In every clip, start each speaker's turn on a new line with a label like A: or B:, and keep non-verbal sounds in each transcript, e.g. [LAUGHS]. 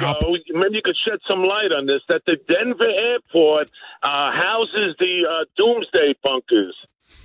A: So maybe you could shed some light on this. That the Denver airport uh, houses the uh, doomsday bunkers.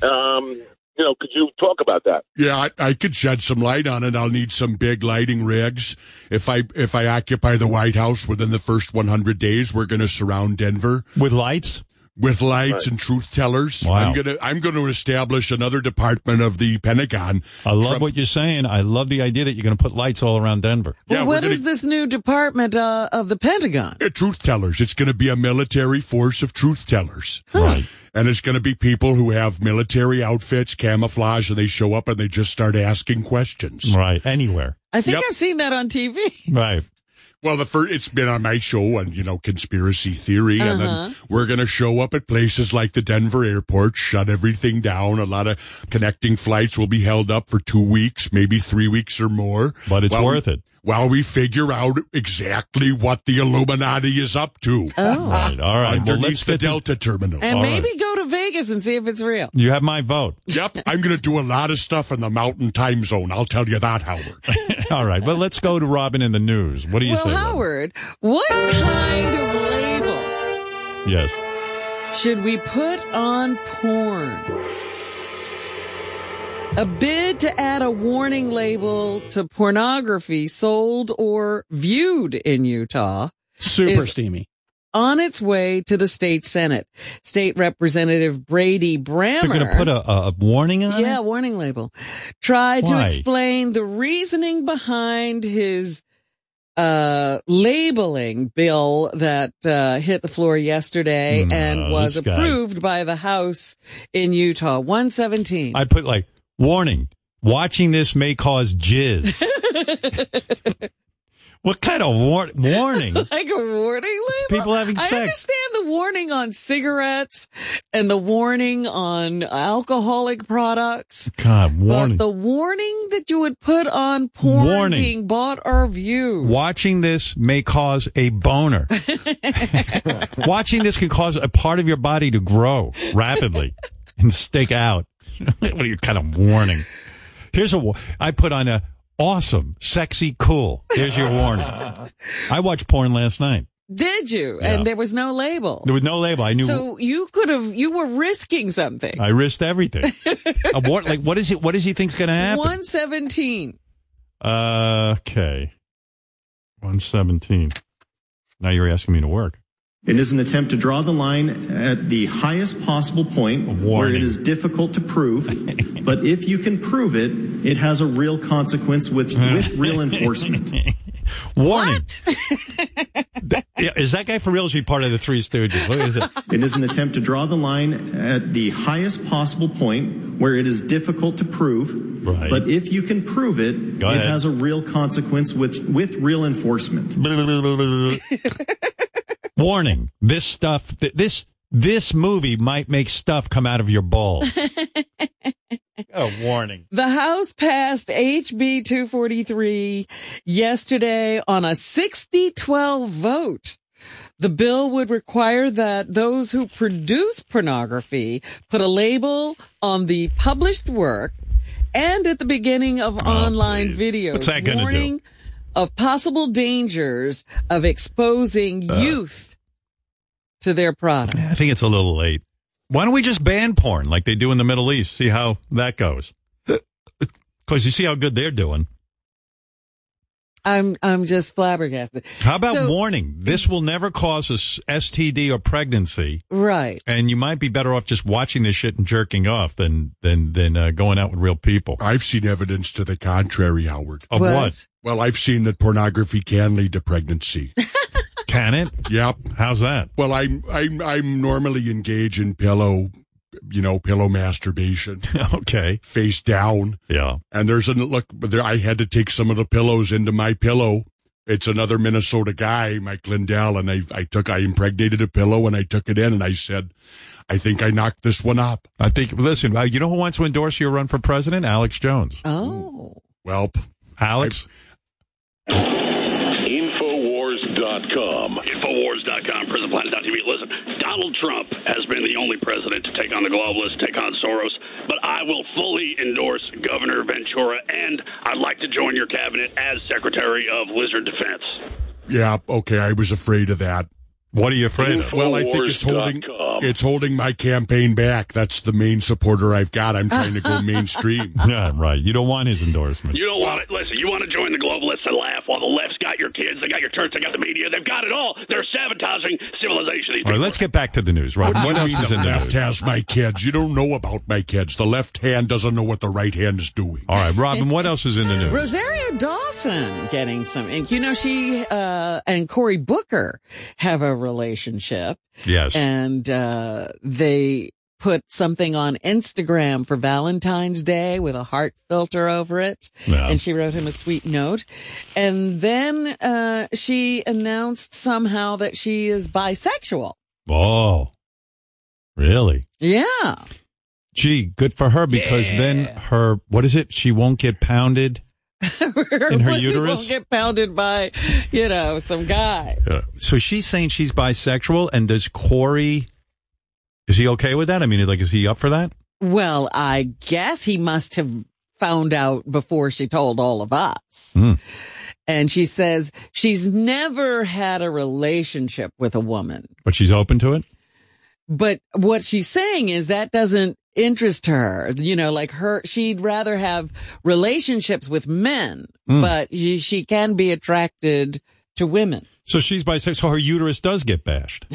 A: Um, you know, could you talk about that?
B: Yeah, I, I could shed some light on it. I'll need some big lighting rigs. If I if I occupy the White House within the first 100 days, we're going to surround Denver
C: with lights.
B: With lights and truth tellers,
C: Wow.
B: I'm gonna I'm gonna establish another department of the Pentagon.
C: I love
B: Trump-
C: what you're saying. I love the idea that you're going to put lights all around Denver.
B: Yeah,
D: well,
B: we're
D: what
B: gonna-
D: is this new department uh, of the Pentagon?
B: Uh, truth tellers. It's going to be a military force of truth tellers. Right. And it's going to be people who have military outfits, camouflage, and they show up and they just start asking questions.
C: Right. Anywhere.
D: I think
B: Yep.
D: I've seen that on TV.
C: [LAUGHS] Right.
B: Well, the first, it's been on my show on, you know, conspiracy theory. And then
C: Uh-huh.
B: we're going to show up at places like the Denver airport, shut everything down. A lot of connecting flights will be held up for two weeks, maybe three weeks or more.
C: But it's
B: While-
C: worth it.
B: While we figure out exactly what the Illuminati is up to.
C: Right. [LAUGHS] All right. Well,
B: Underneath
C: let's
B: the
C: get to,
B: Delta Terminal.
C: [LAUGHS]
D: And
C: Oh. All
D: maybe go to Vegas and see if it's real.
C: You have my vote. [LAUGHS]
B: Yep, I'm going to do a lot of stuff in the mountain time zone. I'll tell you that, Howard.
C: [LAUGHS] All right. Well, let's go to Robin in the news. What do you
D: Well,
C: say? Robin?
D: Howard, what kind of label
C: Yes.
D: should we put on porn? A bid to add a warning label to pornography sold or viewed in Utah
E: Super
D: Is-
E: steamy.
D: on its way to the state senate. State Representative Brady Brammer.
C: They're going to put a, a, a warning on
D: yeah,
C: it.
D: warning label. Tried
C: Why?
D: to explain the reasoning behind his uh labeling bill that uh hit the floor yesterday
C: No,
D: and was
C: this guy.
D: approved by the House in Utah 117.
C: I put like warning. Watching this may cause
D: [LAUGHS]
C: jizz. what kind of war- warning?
D: like a warning label.
C: people having
D: I
C: sex.
D: understand the warning on cigarettes and the warning on alcoholic products.
C: God, warning.
D: But the warning that you would put on porn
C: Warning.
D: being bought or viewed.
C: Watching this may cause a boner. Watching this can cause a part of your body to grow rapidly and stick out. [LAUGHS] what are you kind of warning? Here's a wa- I put on a awesome, sexy, cool. Here's your warning. I watched porn last night.
D: Did you?
C: Yeah.
D: And there was no label.
C: There was no label. I knew
D: So you could have, you were risking something.
C: I risked everything. a war- like what is it? What does he think's going to happen?
D: 117.
C: Uh, okay. 117. Now you're asking me to work.
F: It is an attempt to draw the line at the highest possible point where
C: Warning.
F: it is difficult to prove. but if you can prove it, it has a real
C: [LAUGHS]
F: consequence with, with real enforcement.
C: Warning. That- yeah, is that guy for real? or Is he part of the Three Stooges? What is it?
F: It is an attempt to draw the line at the highest possible point where it is difficult to prove.
C: Right.
F: But if you can prove it,
C: Go
F: it
C: ahead.
F: has a real consequence with, with real enforcement.
C: [LAUGHS] Warning: This stuff, th- this this movie might make stuff come out of your balls. a warning.
D: The House passed HB 243 yesterday on a 60-12 vote. The bill would require that those who produce pornography put a label on the published work and at the beginning of online
C: Oh, please.
D: videos.
C: What's that gonna do?
D: warning Of possible dangers of exposing
C: Uh.
D: youth to their product.
C: I think it's a little late. Why don't we just ban porn like they do in the Middle East? See how that goes. [LAUGHS] Because you see how good they're doing.
D: I'm, I'm just flabbergasted.
C: How about
D: So-
C: warning? This will never cause a s- STD or pregnancy.
D: Right.
C: and you might be better off just watching this shit and jerking off than than than uh, going out with real people.
B: I've seen evidence to the contrary, Howard.
C: Of what?
B: Well, I've seen that pornography can lead to
C: [LAUGHS]
B: pregnancy.
C: Can it?
B: yep.
C: How's that?
B: Well, I'm I'm I'm normally engaged in pillow, you know, pillow masturbation,
C: [LAUGHS]
B: [LAUGHS]
C: okay.
B: face down,
C: Yeah.
B: and there's an look. But there, I had to take some of the pillows into my pillow. It's another Minnesota guy, Mike Lindell, and I I took I impregnated a pillow and I took it in and I said, I think I knocked this one up.
C: I think. Listen, uh, you know who wants to endorse your run for president? Alex Jones.
D: Oh.
B: Welp.
C: Alex.
G: Infowars.com.
H: Infowars.com, PrisonPlanet.tv. Listen, Donald Trump has been the only president to take on the globalists, take on Soros, but I will fully endorse Governor Ventura, and I'd like to join your cabinet as Secretary of Lizard Defense.
B: yeah, okay, I was afraid of that.
C: What are you afraid of?
B: Well, I think it's holding
G: Infowars.com.
B: it's holding my campaign back. That's the main supporter I've got. I'm trying to go mainstream.
C: [LAUGHS] Yeah, right. You don't want his endorsement.
H: You don't want it. Listen, you want to join the globalists and laugh while the left's got your kids, they got your turds, they got the media, they've got it all. They're sabotaging civilization. These
C: All right,
H: people.
C: let's get back to the news. Right,
B: What
C: what
B: do you
C: else
B: mean
C: is
B: the
C: in the
B: left
C: news?
B: has my kids? You don't know about my kids. The left hand doesn't know what the right hand is doing.
C: All right, Robin, what else is in the news?
D: Rosario Dawson getting some ink. You know, she uh, and Cory Booker have a relationship,
C: Yes.
D: and uh, they put something on Instagram for Valentine's Day with a heart filter over it.
C: Yeah.
D: And she wrote him a sweet note. And then uh, she announced somehow that she is bisexual.
C: Oh, really?
D: Yeah. [LAUGHS]
C: Gee, good for her because then her, what is it? She won't get pounded.
D: In
C: her uterus?
D: Won't get pounded by, you know, some guy.
C: Uh, so she's saying she's bisexual, and does Corey? Is he okay with that? I mean, like, is he up for that?
D: Well, I guess he must have found out before she told all of us.
C: Hmm.
D: And she says she's never had a relationship with a woman.
C: But she's open to it.
D: But what she's saying is that doesn't interest her. You know, like her, she'd rather have relationships with men,
C: Hmm.
D: but she, she can be attracted to women.
C: So she's bisexual. So her uterus does get
D: [LAUGHS]
C: bashed.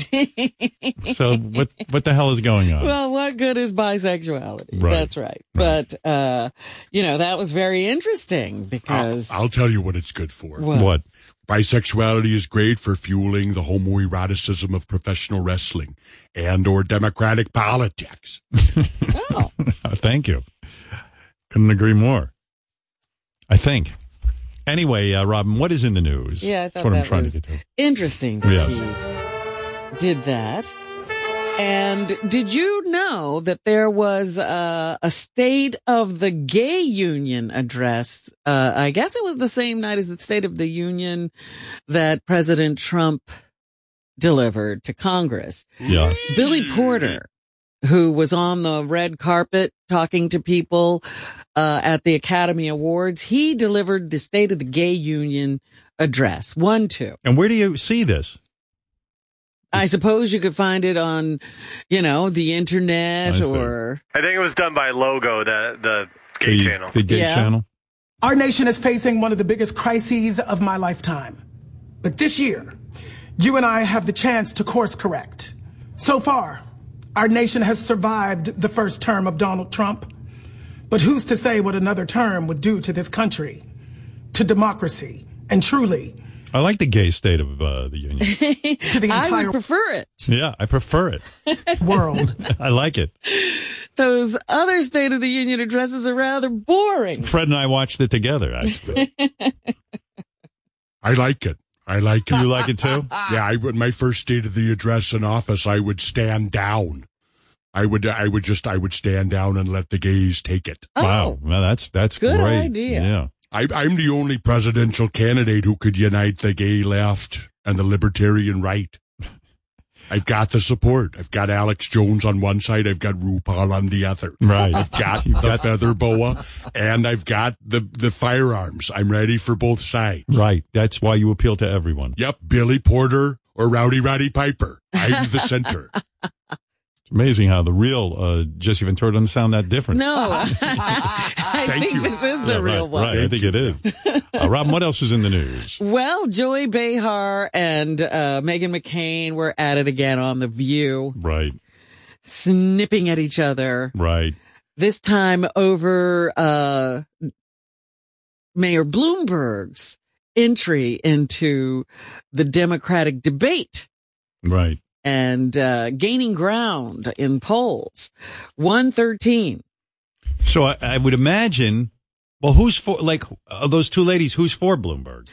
C: so what? What the hell is going on?
D: Well, what good is bisexuality?
C: Right.
D: That's right. But, uh, you know, that was very interesting
B: I'll,
D: because
B: I'll tell you what it's good for.
D: What?
C: [LAUGHS] what? [LAUGHS]
B: Bisexuality is great for fueling the homoeroticism of professional wrestling and or democratic politics.
C: Ah.
D: oh.
C: Thank you. Couldn't agree more. I think. Anyway, uh, Robin, what is in the news?
D: Yeah, I
C: That's
D: thought
C: what
D: that
C: I'm trying
D: was
C: to get to.
D: interesting that
C: Yes.
D: she did that. And did you know that there was uh, a State of the Gay Union address? Uh, I guess it was the same night as the State of the Union that President Trump delivered to Congress.
C: Yeah.
D: Billy Porter, who was on the red carpet talking to people uh, at the Academy Awards, he delivered the State of the Gay Union address. One, two.
C: And where do you see this?
D: I suppose you could find it on, you know, the
C: I
D: internet
C: see.
D: or.
E: I think it was done by Logo, the the gay
C: the,
E: channel.
C: The gay
D: Yeah.
C: channel.
I: Our nation is facing one of the biggest crises of my lifetime. But this year, you and I have the chance to course correct. So far, our nation has survived the first term of Donald Trump. But who's to say what another term would do to this country, to democracy, and truly
C: I like the gay state of uh, the union.
D: [LAUGHS]
I: to the
D: I
I: entire
D: would prefer it.
C: yeah, I prefer it.
I: world?
C: I like it.
D: Those other State of the Union addresses are rather boring.
C: Fred and I watched it together. Actually,
B: I like it. I like it. [LAUGHS]
C: you like it too?
B: Yeah, I would. My first day to the address in office, I would stand down. I would. I would just. I would stand down and let the gays take it.
D: [LAUGHS] Oh,
C: Wow, well, that's that's
D: Good
C: great.
D: idea.
C: Yeah,
B: I, I'm the only presidential candidate who could unite the gay left and the libertarian right. I've got the support. I've got Alex Jones on one side. I've got RuPaul on the other.
C: Right.
D: [LAUGHS]
B: I've got the feather boa and I've got the, the firearms. I'm ready for both sides.
C: right. That's why you appeal to everyone.
B: Yep. Billy Porter or Rowdy Roddy Piper. I'm the center.
C: It's amazing how the real uh, Jesse Ventura doesn't sound that different.
D: [LAUGHS] No. I
B: Thank
D: think
B: you.
D: this is the
C: Yeah,
D: real
C: right,
D: one.
C: Right, I think it
D: [LAUGHS]
C: is. Uh, Robin, what else is in the news?
D: Well, Joey Behar and uh, Megan McCain were at it again on The View,
C: Right,
D: snipping at each other,
C: right.
D: this time over uh, Mayor Bloomberg's entry into the Democratic debate
C: Right.
D: and uh, gaining ground in polls. 113.
C: So I, I would imagine. Well, who's for? Like of those two ladies, who's for Bloomberg?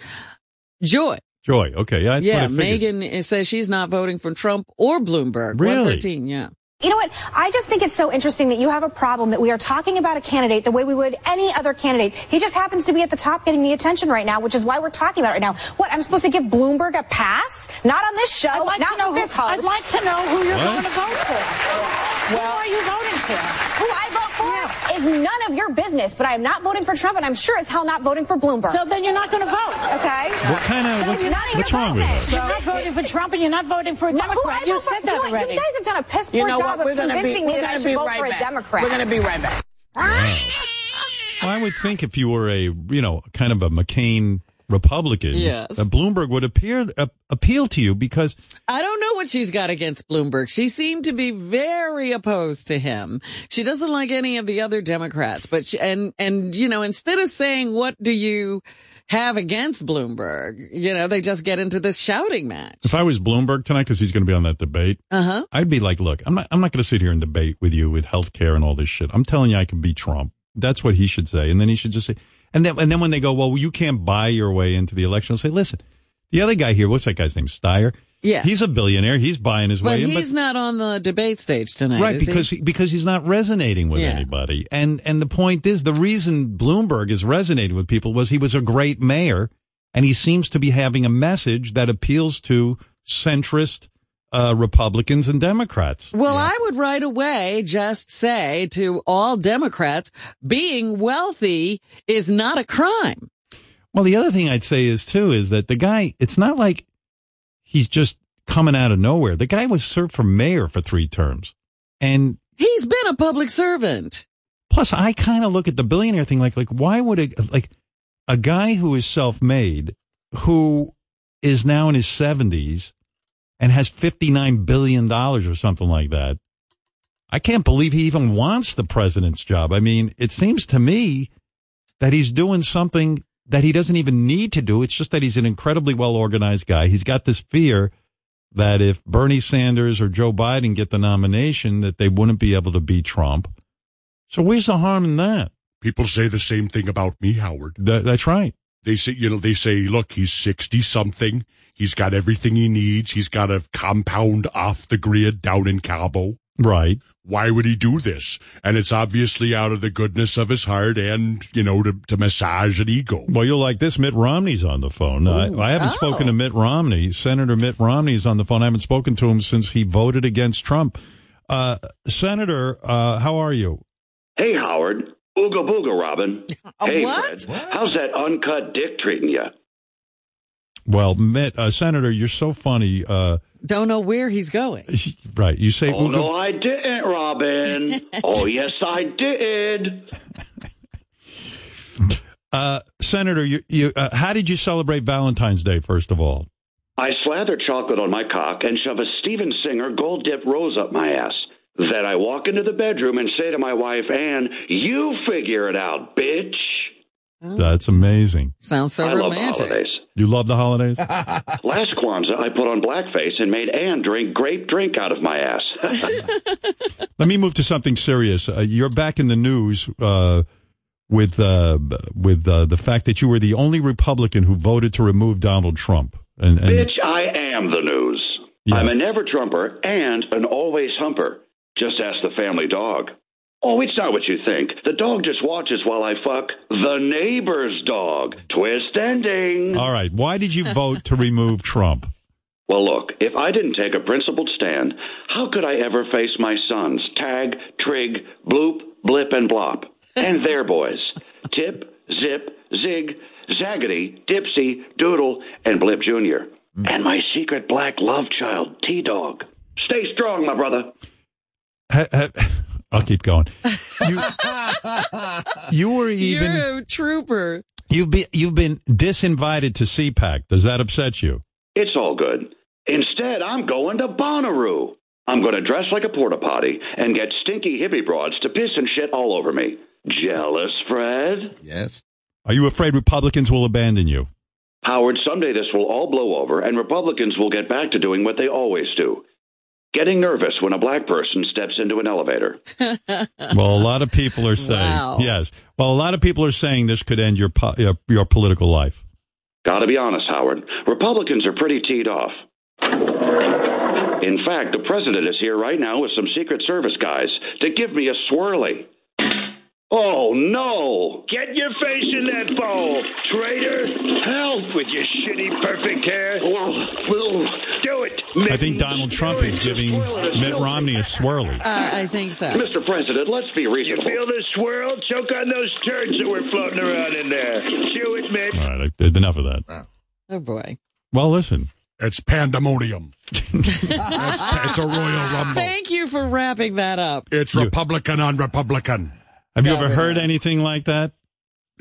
D: Joy.
C: Joy. Okay. Yeah. That's what I
D: yeah,
C: figured.
D: Megan uh, says she's not voting for Trump or Bloomberg.
C: Really?
D: 113, yeah.
J: You know what? I just think it's so interesting that you have a problem that we are talking about a candidate the way we would any other candidate. He just happens to be at the top getting the attention right now, which is why we're talking about it right now. What? I'm supposed to give Bloomberg a pass? Not on this show. not with this host. I'd like to know who you're
C: What? going to
J: vote for. who are you voting for? Who I vote for is none of your business, but I am not voting for Trump, and I'm sure as hell not voting for Bloomberg.
K: So then you're not going to vote.
J: Okay.
C: What kind of-
J: So
C: what-
J: you're not even
C: what's wrong with
J: voting.
C: this?
K: You're not voting for Trump and you're not voting for a
J: No,
K: Democrat.
J: who I
K: you
J: vote for-
K: said that
J: you-
K: already.
J: You guys have done a piss
K: You
J: poor
K: know
J: job
K: what? We're
J: of
K: gonna be-
J: convincing me
K: we're
J: that I
K: gonna
J: should
K: be
J: vote
K: right
J: for a
K: back.
J: Democrat.
K: We're gonna be right back.
C: Well, I would think if you were a, you know, kind of a McCain Republican,
D: Yes.
C: that Bloomberg would appear uh, appeal to you because
D: I don't know what she's got against Bloomberg. She seemed to be very opposed to him. She doesn't like any of the other Democrats, but she, and and you know, instead of saying what do you have against Bloomberg, you know, they just get into this shouting match.
C: if I was Bloomberg tonight, because he's going to be on that debate,
D: Uh-huh.
C: I'd be like, look, I'm not, I'm not going to sit here and debate with you with healthcare and all this shit. I'm telling you, I could be Trump. That's what he should say. And then he should just say, and then, and then when they go, well, you can't buy your way into the election, I'll say, listen, the other guy here, what's that guy's name? Steyer.
D: Yeah.
C: He's a billionaire. He's buying his
D: But
C: way in.
D: he's not on the debate stage tonight,
C: right
D: is he?
C: because he? because he's not resonating with
D: Yeah.
C: anybody and and the point is the reason bloomberg is resonating with people was he was a great mayor and he seems to be having a message that appeals to centrist uh, republicans and democrats
D: Well, I would right away just say to all Democrats, being wealthy is not a crime.
C: well the other thing i'd say is too is that the guy it's not like he's just coming out of nowhere the guy was served for mayor for three terms and
D: He's been a public servant.
C: Plus, I kind of look at the billionaire thing like, like, why would a like a guy who is self-made, who is now in his seventies and has fifty-nine billion dollars or something like that? I can't believe he even wants the president's job. I mean, it seems to me that he's doing something that he doesn't even need to do. It's just that he's an incredibly well-organized guy. He's got this fear that if Bernie Sanders or Joe Biden get the nomination, that they wouldn't be able to beat Trump. So where's the harm in that?
B: People say the same thing about me, Howard.
C: Th- that's right.
B: They say, you know, they say, look, he's 60 something. He's got everything he needs. He's got a compound off the grid down in Cabo.
C: Right.
B: Why would he do this? And it's obviously out of the goodness of his heart and, you know, to, to massage an ego.
C: Well, you'll like this. Mitt Romney's on the phone. I, I haven't
D: Oh.
C: spoken to Mitt Romney. Senator Mitt Romney's on the phone. I haven't spoken to him since he voted against Trump. Uh, Senator, uh, how are you?
G: Hey, Howard. Ooga booga,
J: [LAUGHS]
G: Robin.
D: A
G: hey,
D: what?
G: Fred. How's that uncut dick treating you?
C: Well, Mitt, uh, Senator, you're so funny. Uh,
D: Don't know where he's going.
C: right. You say,
G: Oh,
C: ooga-
G: no, I didn't,
J: [LAUGHS]
G: Robin. oh, yes, I did.
C: uh, Senator, you, you, uh, how did you celebrate Valentine's Day, first of all?
G: I slather chocolate on my cock and shove a Steven Singer gold dip rose up my ass. Then I walk into the bedroom and say to my wife, Ann, you figure it out, bitch.
C: That's amazing.
D: Sounds so
G: I love
D: romantic.
G: holidays.
C: You love the holidays?
G: Last Kwanzaa, I put on blackface and made Ann drink grape drink out of my ass. [LAUGHS]
C: Let me move to something serious. Uh, you're back in the news uh, with uh, b- with uh, the fact that you were the only Republican who voted to remove Donald Trump. And, and
G: Bitch, I am the news.
C: Yes.
G: I'm a never Trumper and an always humper. Just ask the family dog. Oh, it's not what you think. The dog just watches while I fuck the neighbor's dog. Twist ending.
C: all right, why did you vote to remove Trump?
G: Well, look, if I didn't take a principled stand, how could I ever face my sons, Tag, Trig, Bloop, Blip, and Blop, and their boys, Tip, Zip, Zig, Zaggity, Dipsy, Doodle, and Blip Jr., and my secret black love child, T Dog? Stay strong, my brother.
C: Ha- ha- I'll keep going. You, you were even
D: [LAUGHS] You're a trooper.
C: you've been you've been disinvited to CPAC. Does that upset you?
G: It's all good. Instead, I'm going to Bonnaroo. I'm going to dress like a porta potty and get stinky hippie broads to piss and shit all over me. Jealous, Fred?
L: Yes.
C: Are you afraid Republicans will abandon you?
G: Howard, someday this will all blow over and Republicans will get back to doing what they always do getting nervous when a black person steps into an elevator.
C: Well, a lot of people are saying
D: [LAUGHS] Wow.
C: yes. Well, a lot of people are saying this could end your po- your, your political life.
G: Gotta be honest, Howard, Republicans are pretty teed off. In fact, the president is here right now with some Secret Service guys to give me a swirly. Oh no! Get your face in that bowl, traitor! Help with your shitty perfect hair. Do it!
C: I think Donald Trump is giving Mitt Romney a swirly.
D: Uh, I think so.
G: Mr. President, let's be reasonable.
L: Feel the swirl? Choke on those turds that were floating around in there. Chew it, Mitch.
C: All right, I- enough of that.
D: Oh boy.
C: Well, listen.
B: It's pandemonium. [LAUGHS] it's, it's a royal rumble.
D: Thank you for wrapping that up.
B: It's Republican on Republican.
C: Have you ever heard anything like [LAUGHS] that?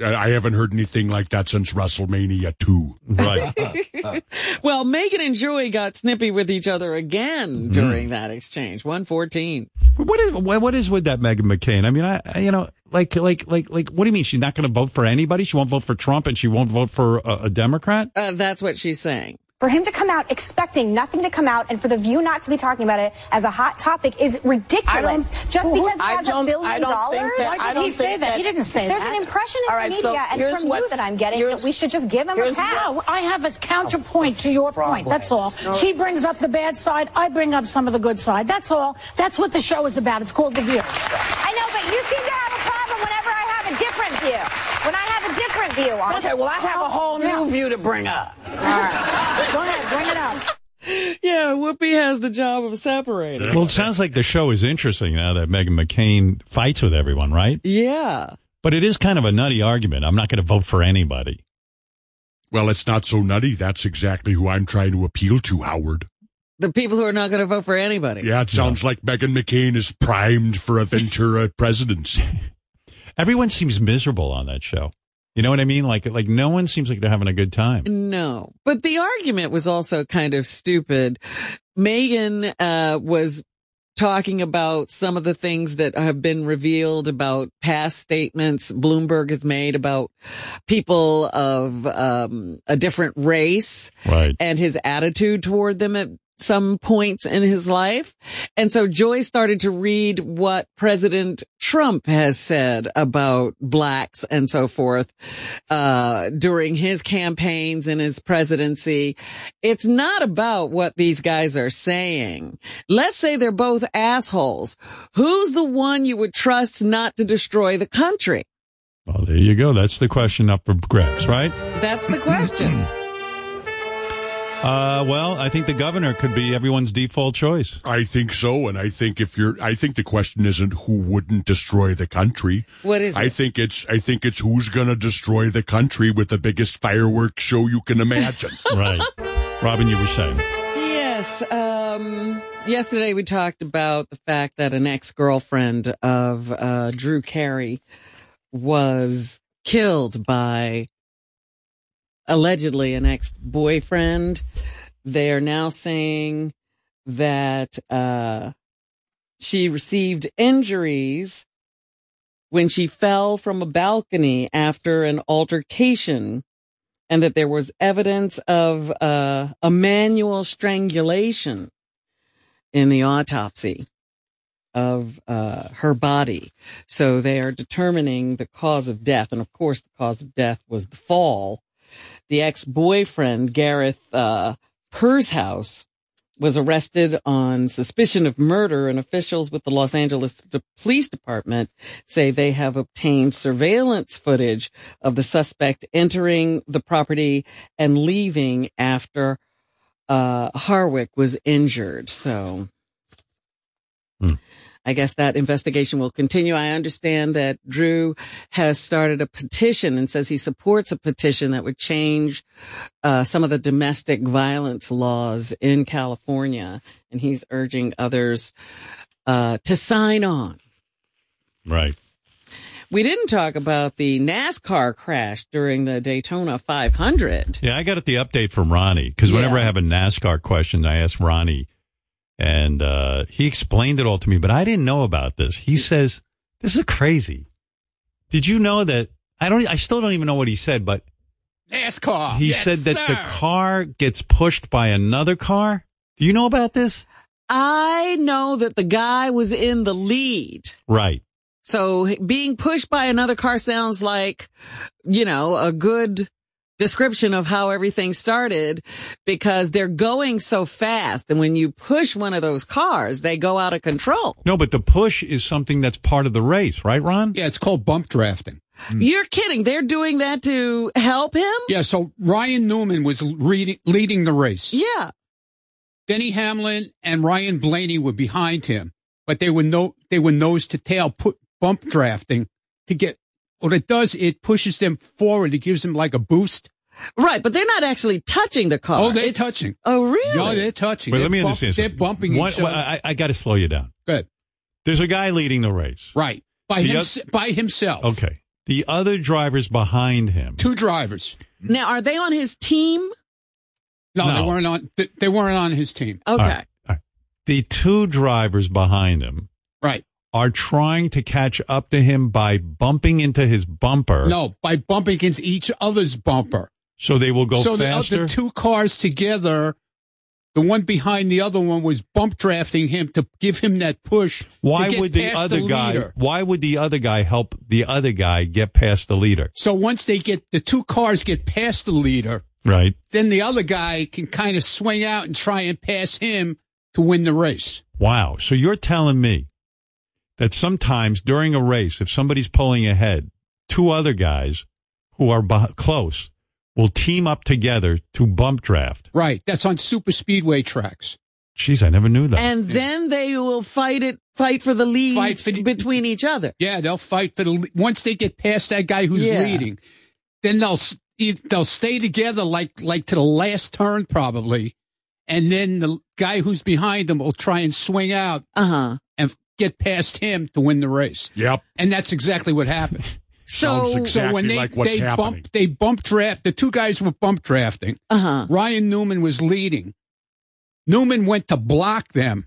B: I haven't heard anything like that since WrestleMania 2.
C: Right.
D: Well, Megan and Joy got snippy with each other
C: Mm-hmm.
D: again during that exchange. 114.
C: What is wha- what is with that Megan McCain? I mean, I I- you know, like like like like, what do you mean she's not going to vote for anybody? She won't vote for Trump, and she won't vote for a, a Democrat.
D: Uh, that's what she's saying.
J: For him to come out expecting nothing to come out and for the view not to be talking about it as a hot topic is ridiculous. Just
K: Who-
J: because he
K: I
J: has
K: don't-
J: a billion
K: I don't think
J: dollars,
K: that- Why did I don't he say think that? that- He didn't say
J: There's
K: that.
J: an impression in
K: All
J: the
K: right,
J: media
K: so
J: and
K: here's
J: from you
K: what's-
J: that I'm getting that
K: here's-
J: we should just give him a
K: Here's-
J: pass.
K: No, I [LAUGHS] have a counterpoint to your point. That's all.
J: Problems.
K: She brings up the bad side. I bring up some of the good side. That's all. That's what the show is about. It's called The View.
J: I know, but you seem to have a problem whenever I have a different view. When I have a different view on it.
M: Okay, well, I have a whole new view to bring up.
J: All right. Go ahead, bring it up.
D: Yeah, Whoopi has the job of separating.
C: Well, it sounds like the show is interesting now that Megan McCain fights with everyone, right?
D: Yeah.
C: But it is kind of a nutty argument. I'm not going to vote for anybody.
B: Well, it's not so nutty. That's exactly who I'm trying to appeal to, Howard.
D: The people who are not going to vote for anybody.
B: Yeah, it sounds like Megan McCain is primed for a Ventura presidency. [LAUGHS]
C: Everyone seems miserable on that show. You know what I mean? Like like no one seems like they're having a good time.
D: No, but the argument was also kind of stupid. Megan uh, was talking about some of the things that have been revealed about past statements Bloomberg has made about people of um, a different race,
C: right?
D: And his attitude toward them at some points in his life. And so Joy started to read what President Trump has said about blacks and so forth, uh, during his campaigns and his presidency. It's not about what these guys are saying. Let's say they're both assholes. Who's the one you would trust not to destroy the country?
C: Well, there you go. That's the question up for grabs, right?
D: That's the question.
C: Uh, well, I think the governor could be everyone's default choice.
B: I think so, and I think if you're, I think the question isn't who wouldn't destroy the country.
D: What is
B: I
D: it?
B: think it's, I think it's who's gonna destroy the country with the biggest fireworks show you can imagine. [LAUGHS]
C: right, Robin, you were saying.
D: Yes. Um, yesterday we talked about the fact that an ex girlfriend of uh, Drew Carey was killed by allegedly an ex boyfriend. They are now saying that uh, she received injuries when she fell from a balcony after an altercation and that there was evidence of uh, a manual strangulation in the autopsy of uh, her body. So they are determining the cause of death. And of course, the cause of death was the fall. The ex boyfriend, Gareth uh, Pershouse, was arrested on suspicion of murder, and officials with the Los Angeles De- Police Department say they have obtained surveillance footage of the suspect entering the property and leaving after uh, Harwick was injured. So. I guess that investigation will continue. I understand that Drew has started a petition and says he supports a petition that would change uh, some of the domestic violence laws in California, and he's urging others uh, to sign on.
C: Right.
D: We didn't talk about the NASCAR crash during the Daytona 500.
C: Yeah, I got the update from Ronnie because whenever I have a NASCAR question, I ask Ronnie, and uh, he explained it all to me. But I didn't know about this. He says this is crazy. Did you know that? I don't. I still don't even know what he said, but
N: NASCAR.
C: he
N: Yes,
C: said that
N: sir.
C: the car gets pushed by another car. Do you know about this?
D: I know that the guy was in the lead.
C: Right.
D: So being pushed by another car sounds like, you know, a good description of how everything started because they're going so fast. And when you push one of those cars, they go out of control.
C: No, but the push is something that's part of the race, right, Ron?
N: Yeah, it's called bump drafting.
B: Hmm.
D: You're kidding. They're doing that to help him?
N: Yeah, so Ryan Newman was leading, leading the race.
D: Yeah.
B: Denny Hamlin and Ryan Blaney were behind him, but they were no they were nose to tail put bump drafting to get what it does it pushes them forward. It gives them like a boost.
D: Right, but they're not actually touching the car.
B: Oh, they're
D: It's-
B: touching.
D: Oh, really?
B: Yeah, they're touching.
C: Wait,
B: They're
C: let me
B: bump-
C: understand.
B: They're
C: something.
B: bumping
C: One-
B: each
C: well,
B: other.
C: I, I got to slow you down.
B: Good.
C: There's a guy leading the race.
B: right by
C: The
B: him, by himself.
C: Okay. The other driver's behind him.
B: Two drivers.
D: Now, are they on his team?
B: No,
C: No.
B: they weren't on. They, they weren't on his team.
D: Okay.
C: All right. All right. The two drivers behind him
B: Right.
C: are trying to catch up to him by bumping into his bumper.
B: No, by bumping into each other's bumper.
C: So they will go
B: so
C: faster.
B: the other two cars together, the one behind the other one was bump drafting him to give him that push. to
C: why
B: get
C: would the
B: past
C: other guy
B: leader.
C: why would the other guy help the other guy get past the leader?
B: So once they get the two cars get past the leader,
C: Right.
B: then the other guy can kind of swing out and try and pass him to win the race.
C: Wow. So you're telling me that sometimes during a race, if somebody's pulling ahead, two other guys who are beh close will team up together to bump draft.
B: Right. That's on super speedway tracks.
C: Jeez, I never knew that.
D: And then they will fight it, fight for the lead
B: Fight for the-
D: between each other.
B: Yeah, they'll fight for the le- once they get past that guy who's
D: Yeah.
B: leading, then they'll s- e- they'll stay together like like to the last turn probably, and then the guy who's behind them will try and swing out
D: Uh-huh.
B: and f- get past him to win the race.
J: Yep.
B: And that's exactly what happened.
D: So- Sounds
B: so
J: exactly
B: when they
J: like what's
B: they
J: happening.
B: bump they bump draft the two guys were bump drafting.
D: Uh-huh.
B: Ryan Newman was leading. Newman went to block them.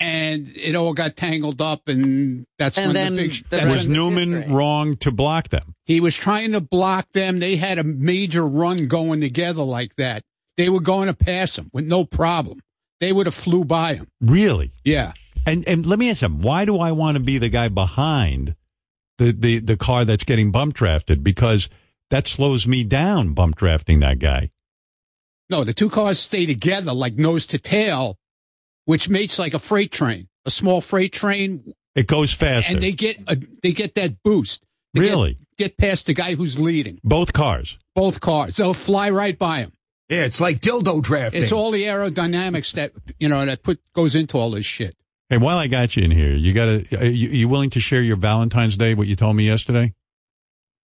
B: And it all got tangled up, and that's
D: And
B: when
D: then
B: the big.
D: the
B: that's
D: rest
B: when
C: Was
D: is
B: the-
C: Newman
D: history.
C: wrong to block them?
B: he was trying to block them. They had a major run going together like that. They were going to pass him with no problem. They would have flew by him.
C: Really?
B: Yeah.
C: And and let me ask him, why do I want to be the guy behind the, the, the car that's getting bump drafted? Because that slows me down bump drafting that guy.
B: No, the two cars stay together like nose to tail, which makes like a freight train, a small freight train,
C: It goes faster.
B: and they get a, they get that boost. They get-
C: Really?
B: Get, past the guy who's leading.
C: Both cars.
B: Both cars. They'll fly right by him.
F: Yeah, it's like dildo drafting.
B: It's all the aerodynamics that you know that put goes into all this shit.
C: Hey, while I got you in here, you got to. Are you, you willing to share your Valentine's Day? What you told me yesterday?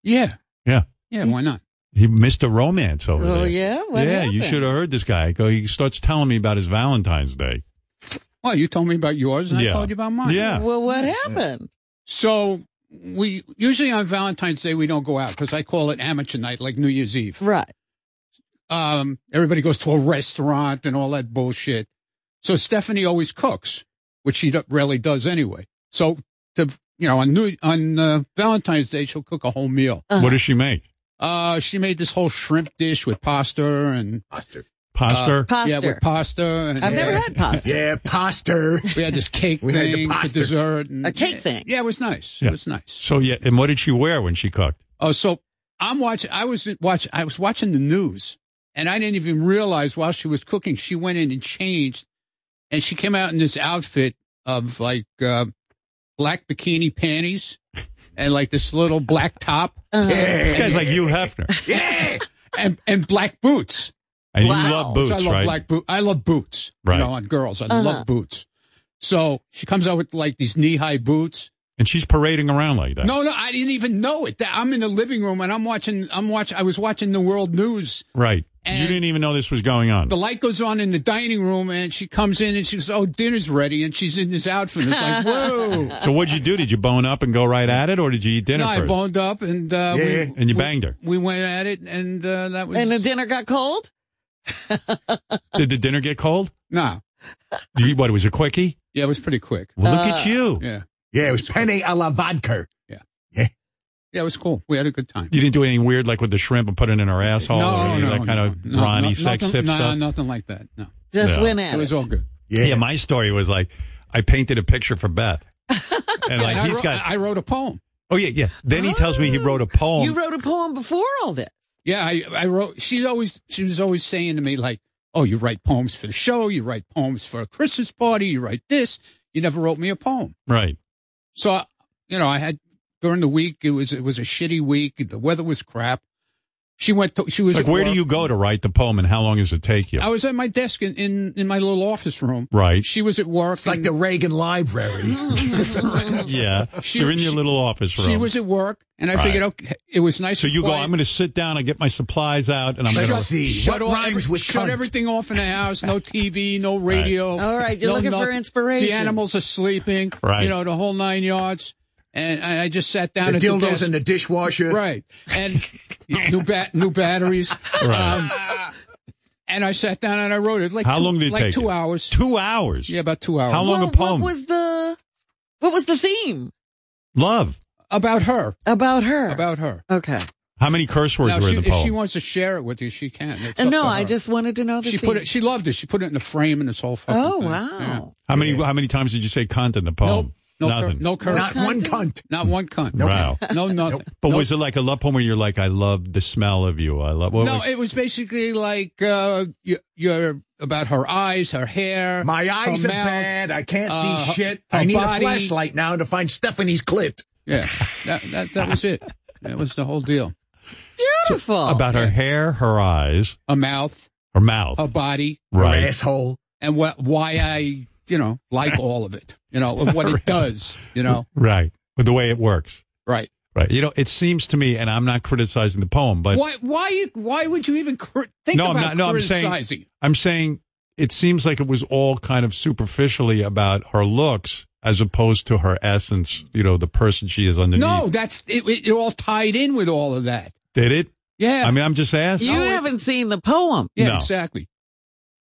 B: Yeah.
C: Yeah,
B: Yeah. Why not?
C: he missed a romance over there.
D: Oh, yeah? What
C: yeah, you
D: happened?
C: should have heard this guy. Go. He starts telling me about his Valentine's Day.
B: Well, "Oh, you told me about yours, and
C: Yeah.
B: I told you about mine.
C: Yeah.
D: Well, what happened?
B: So we usually on Valentine's Day we don't go out because I call it amateur night, like New Year's Eve.
D: Right.
B: Um, everybody goes to a restaurant and all that bullshit. So Stephanie always cooks, which she do- rarely does anyway. So to you know on New on uh, Valentine's Day she'll cook a whole meal.
D: Uh-huh.
C: What does she make?
B: Uh, she made this whole shrimp dish with pasta and
C: Pasta.
D: Pasta.
B: yeah, with pasta. And,
D: I've never
B: Yeah.
D: had pasta.
F: yeah, pasta.
B: We had this cake
F: [LAUGHS] We had the
B: thing for
F: pasta.
B: dessert. And,
D: A cake thing.
B: Yeah, it was nice.
C: Yeah.
B: It was nice.
C: so yeah, and what did she wear when she cooked?
B: Oh, so I'm watching. I was watch. I was watching the news, and I didn't even realize while she was cooking, she went in and changed, and she came out in this outfit of like uh, black bikini panties and like this little black top
C: This guy's like you, Hefner,
F: Yeah.
B: and and black boots.
C: and
D: Wow.
C: you love boots,
B: Which I love
C: right?
B: black boot. I love boots.
C: Right.
B: You know, on girls, I
D: Uh-huh.
B: love boots. So she comes out with like these knee high boots. Oh,
C: and she's parading around like that.
B: No, no, I didn't even know it. That- I'm in the living room and I'm watching. I'm watching. I was watching the world news.
C: right. you
B: And-
C: didn't even know this was going on.
B: The light goes on in the dining room and she comes in and she goes, "Oh, dinner's ready," and she's in this outfit. It's like, whoa.
C: so what'd you do? Did you bone up and go right at it, or did you eat dinner
B: No, I
C: first?
B: boned up and uh,
F: Yeah.
B: we
C: and you
B: we-
C: banged her.
B: We went at it and uh, that was
D: And the dinner got cold?
C: Did the dinner get cold?
B: no.
C: You, what was it? Quickie?
B: Yeah, it was pretty quick.
C: Well, look at
D: Uh,
C: you.
B: Yeah,
F: Yeah, it was penne a la vodka.
B: yeah, it was cool. We had a good time.
C: You didn't do anything weird like with the shrimp and put it in her asshole or any of that kind of
B: no,
C: Ronnie
B: no,
C: sex
B: nothing,
C: tip
B: no,
C: stuff.
B: nothing like that. No,
D: Just
C: No.
D: went at
B: it
D: it.
B: was all good.
C: Yeah. my story was like I painted a picture for Beth,
B: [LAUGHS]
C: and like
B: And I,
C: he's
B: wrote,
C: got.
B: I Oh, wrote a poem.
C: Oh yeah, yeah. Then he tells me he wrote a poem.
D: You wrote a poem before all this.
B: Yeah, I, I wrote. She's always she was always saying to me like, "Oh, you write poems for the show. You write poems for a Christmas party. You write this. You never wrote me a poem."
C: right.
B: So I- you know, I had during the week it was it was a shitty week. The weather was crap, She went. To, she was
C: Like,
B: at
C: where do
B: work.
C: you go to write the poem, and how long does it take you?
B: I was at my desk in, in, in my little office room.
C: Right.
B: She was at work. It's like the
I: Reagan Library.
C: yeah,
B: She-
C: you're in your
B: she-
C: little office room.
B: she was at work, and I figured,
C: Right.
B: okay, it was nice.
C: So
B: and
C: you go.
B: quiet.
C: I'm going to sit down. I get my supplies out, and I'm going
B: shut,
C: to
B: shut, all- every- shut everything off in the house. No TV, no radio.
D: All right, you're
B: Oh, no
D: looking for
B: nothing.
D: inspiration.
B: The animals are sleeping.
C: Right.
B: You know the whole nine yards. And I I just sat down
I: The
B: at
I: dildos
B: the desk.
I: in the dishwasher.
B: Right. And new bat, new batteries.
C: Right.
B: Um, and I sat down and I wrote it. Like
C: How
B: two,
C: long did it
B: like
C: take
B: Two
C: you?
B: hours.
C: Two hours.
B: Yeah, about two hours.
C: How long
D: Well,
C: a poem?
D: What was the What was the theme
C: Love.
B: About her.
D: about her?
B: About her.
D: okay.
C: How many curse words
B: Now,
C: were
B: she,
C: in the
B: if she
C: poem?
B: wants to share it with you, she can. It's
D: And
B: up
D: no,
B: to
D: I
B: her.
D: just wanted to know the
B: uh-huh. She
D: theme.
B: put it. She loved it. She put it in a frame and this whole fucking
D: oh
B: thing.
D: wow!
C: how many? How many times did you say cunt in the poem?
B: No, cur-
C: Nothing.
B: no curse.
I: Not one cunt.
B: Not one cunt.
C: Wow.
B: No, nothing.
C: But was it like a love poem where you're like, I love the smell of you. I love. What
B: no,
C: was-
B: it was basically like uh, you, you're about her eyes, her hair.
I: My eyes
B: her
I: are
B: mouth,
I: bad. I can't see
B: uh, her-
I: shit.
B: her
I: I need
B: body.
I: a flashlight now to find Stephanie's clit.
B: Yeah, that, that that was it. That was the whole deal.
D: Beautiful.
C: about her hair, her eyes,
B: A mouth,
C: her mouth.
B: a body,
C: right.
I: Her asshole.
B: and what why I you know
C: [LAUGHS]
B: like all of it. You know and what it does. You know
C: Right. With the way it works.
B: right.
C: Right. You know, it seems to me, and I'm not criticizing the poem, but
B: why why you- why would you even cr- think
C: no,
B: about
C: I'm not. No, I'm
B: criticizing?
C: saying, I'm saying it seems like it was all kind of superficially about her looks as opposed to her essence, you know, the person she is underneath.
B: no, that's it, it. It all tied in with all of that.
C: Did it?
B: Yeah.
C: I mean, I'm just asking.
D: You haven't seen the poem.
B: yeah,
C: no.
B: exactly.